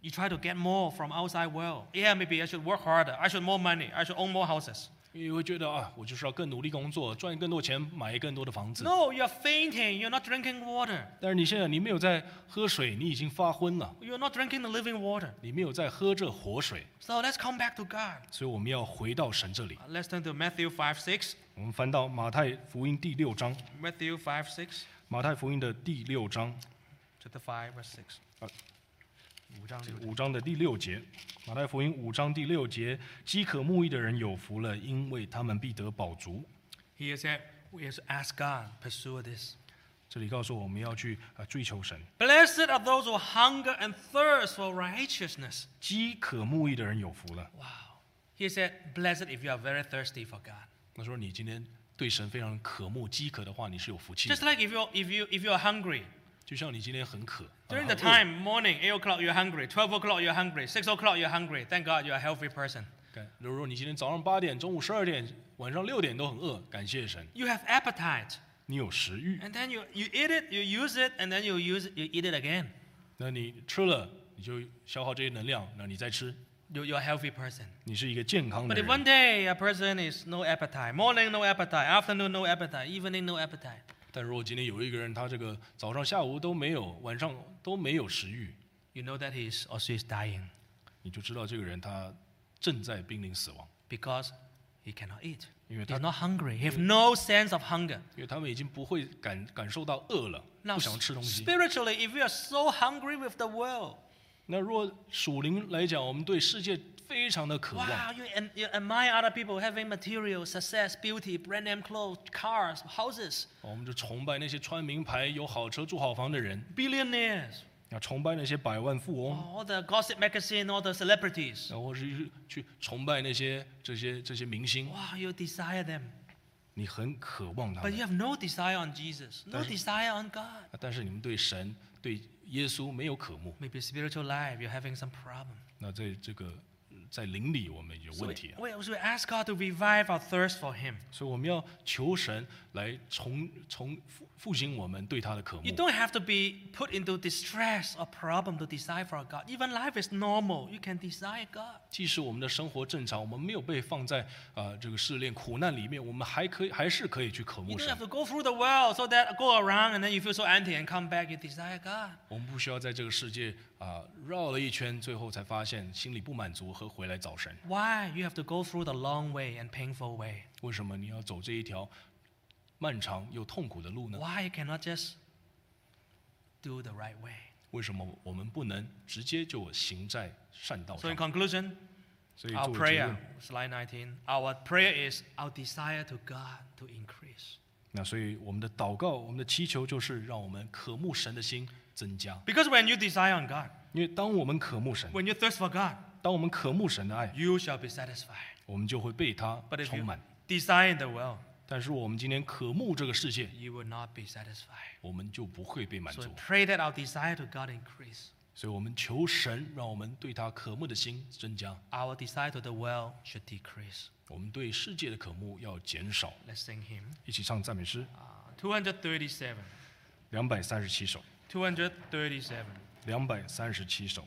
Speaker 1: You try to get more from outside world. Yeah, maybe I should work harder. I should more money. I should own more houses.
Speaker 2: 你会觉得啊，我就是要更努力工作，赚更多钱，买更多的房子。
Speaker 1: No, you're fainting. You're not drinking water.
Speaker 2: 但是你现在你没有在喝水，你已经发昏了，
Speaker 1: You're not drinking the living water.
Speaker 2: 你没有在喝这活水，
Speaker 1: So let's come back to God.
Speaker 2: 所以我们要回到神这里。
Speaker 1: Uh, Let's turn to Matthew 5 6.
Speaker 2: 我们翻到马太福音第六章，
Speaker 1: Matthew 5 6.
Speaker 2: 马太福音的第六章，
Speaker 1: Chapter 5, verse 6.
Speaker 2: 好。
Speaker 1: 五章六节。
Speaker 2: 五章的第六节，马太福音五章第六节，饥渴慕义的人有福了，因为他们必得饱足。
Speaker 1: He said, we have to ask God, pursue this.
Speaker 2: 这里告诉我们要去啊追求神，
Speaker 1: Blessed are those who hunger and thirst for righteousness.
Speaker 2: 饥渴慕义的人有福了。
Speaker 1: Wow. He said, blessed if you are very thirsty for God.
Speaker 2: 那说你今天对神非常渴慕、饥渴的话，你是有福气的
Speaker 1: Just。like if you're, if you, if you're hungry.
Speaker 2: 就像你今天很渴
Speaker 1: During
Speaker 2: 很
Speaker 1: the
Speaker 2: 饿
Speaker 1: time, morning, 8 o'clock, you're hungry. 12 o'clock, you're hungry. 6 o'clock, you're hungry. Thank God you're a healthy person.
Speaker 2: 感如果你今天早上八点、中午十二点、晚上六点都很饿，感谢神，
Speaker 1: You have appetite.
Speaker 2: 你有食欲。
Speaker 1: And then you, you eat it, you use it, and then you, use it, you eat it again.
Speaker 2: 那你吃了，你就消耗这些能量，那你再吃，
Speaker 1: You, you're a healthy person.
Speaker 2: 你是一个健康的
Speaker 1: But if
Speaker 2: 人
Speaker 1: one。day a person is no appetite, morning no appetite, afternoon no appetite, evening no appetite,
Speaker 2: 但如果今天有一个人，他这个早上、下午都没有，晚上都没有食欲，
Speaker 1: you know that he is or she is dying
Speaker 2: 你就知道这个人他正在濒临死亡，
Speaker 1: because he cannot eat.
Speaker 2: 因为
Speaker 1: He's
Speaker 2: 他
Speaker 1: not hungry. He have no sense of hunger.
Speaker 2: 因为他们已经不会感感受到饿了，
Speaker 1: Now,
Speaker 2: 不想吃东西。
Speaker 1: spiritually, if we are so hungry with the world,
Speaker 2: 那若属灵来讲，我们对世界非常的渴望。
Speaker 1: wow, you, and, you admire other people having material, success, beauty, brand name clothes, cars, houses,
Speaker 2: 哦我们就崇拜那些穿名牌、有好车、住好房的人，
Speaker 1: billionaires,
Speaker 2: 要崇拜那些百万富翁，
Speaker 1: all the gossip magazine, all the celebrities.
Speaker 2: 然后是去崇拜那些这些这些明星。
Speaker 1: Wow, you desire them,
Speaker 2: 你很渴望他
Speaker 1: but
Speaker 2: 们
Speaker 1: you，have no desire on Jesus, no
Speaker 2: Doesn't-
Speaker 1: desire on God.
Speaker 2: 但是你们对神、对耶稣没有渴慕。
Speaker 1: Maybe spiritual life, you're having some problem.
Speaker 2: 那在这个在灵里，我们有
Speaker 1: So
Speaker 2: 问
Speaker 1: we,
Speaker 2: 题啊。
Speaker 1: we, so we ask God to revive our thirst for Him.
Speaker 2: 所以我们要求神来重重复复兴我们对他的渴
Speaker 1: You
Speaker 2: 慕。
Speaker 1: don't have to be put into distress or problem to desire for God. Even life is normal. You can desire God.
Speaker 2: 即使我们的生活正常，我们没有被放在啊、呃这个试炼苦难里面，我们还可以还是可以去渴
Speaker 1: You
Speaker 2: 慕
Speaker 1: don't
Speaker 2: 神
Speaker 1: have。to go through the world so that go around and then you feel so empty and come back. You desire God.
Speaker 2: 我们不需要在这个世界啊、绕了一圈，最后才发现心里不满足和回来找神。
Speaker 1: Why you have to go through the long way and painful way?
Speaker 2: 为什么你要走这一条漫长又痛苦的路呢？
Speaker 1: Why you cannot just do the right way?
Speaker 2: 为什么我们不能直接就行在善道
Speaker 1: So
Speaker 2: 上
Speaker 1: in？conclusion,
Speaker 2: 所以
Speaker 1: our
Speaker 2: 作为结
Speaker 1: prayer,
Speaker 2: 论，
Speaker 1: slide 19, our prayer is our desire to God to increase.
Speaker 2: 那所以我们的祷告，我们的祈求就是让我们渴慕神的心增加，
Speaker 1: Because when you desire on God,
Speaker 2: 因为当我们渴慕神，
Speaker 1: when you thirst for God,
Speaker 2: 当我们渴慕神的爱，
Speaker 1: you shall be satisfied.
Speaker 2: 我们就会被他
Speaker 1: But if
Speaker 2: 充
Speaker 1: you
Speaker 2: 满。
Speaker 1: desire in the world,
Speaker 2: 但是我们今天渴慕这个世界，
Speaker 1: you will not be satisfied.
Speaker 2: 我们就不会被满
Speaker 1: So
Speaker 2: 足
Speaker 1: I。pray that our desire to God increase.
Speaker 2: 所以我们求神，让我们对他渴慕的心增加，
Speaker 1: Our desire to the world should decrease.
Speaker 2: 我们对世界的渴慕要减少。
Speaker 1: Let's sing him.
Speaker 2: 一起唱赞美诗
Speaker 1: Uh, 237.
Speaker 2: 两百三十七首，
Speaker 1: 237.
Speaker 2: 两百三十七首。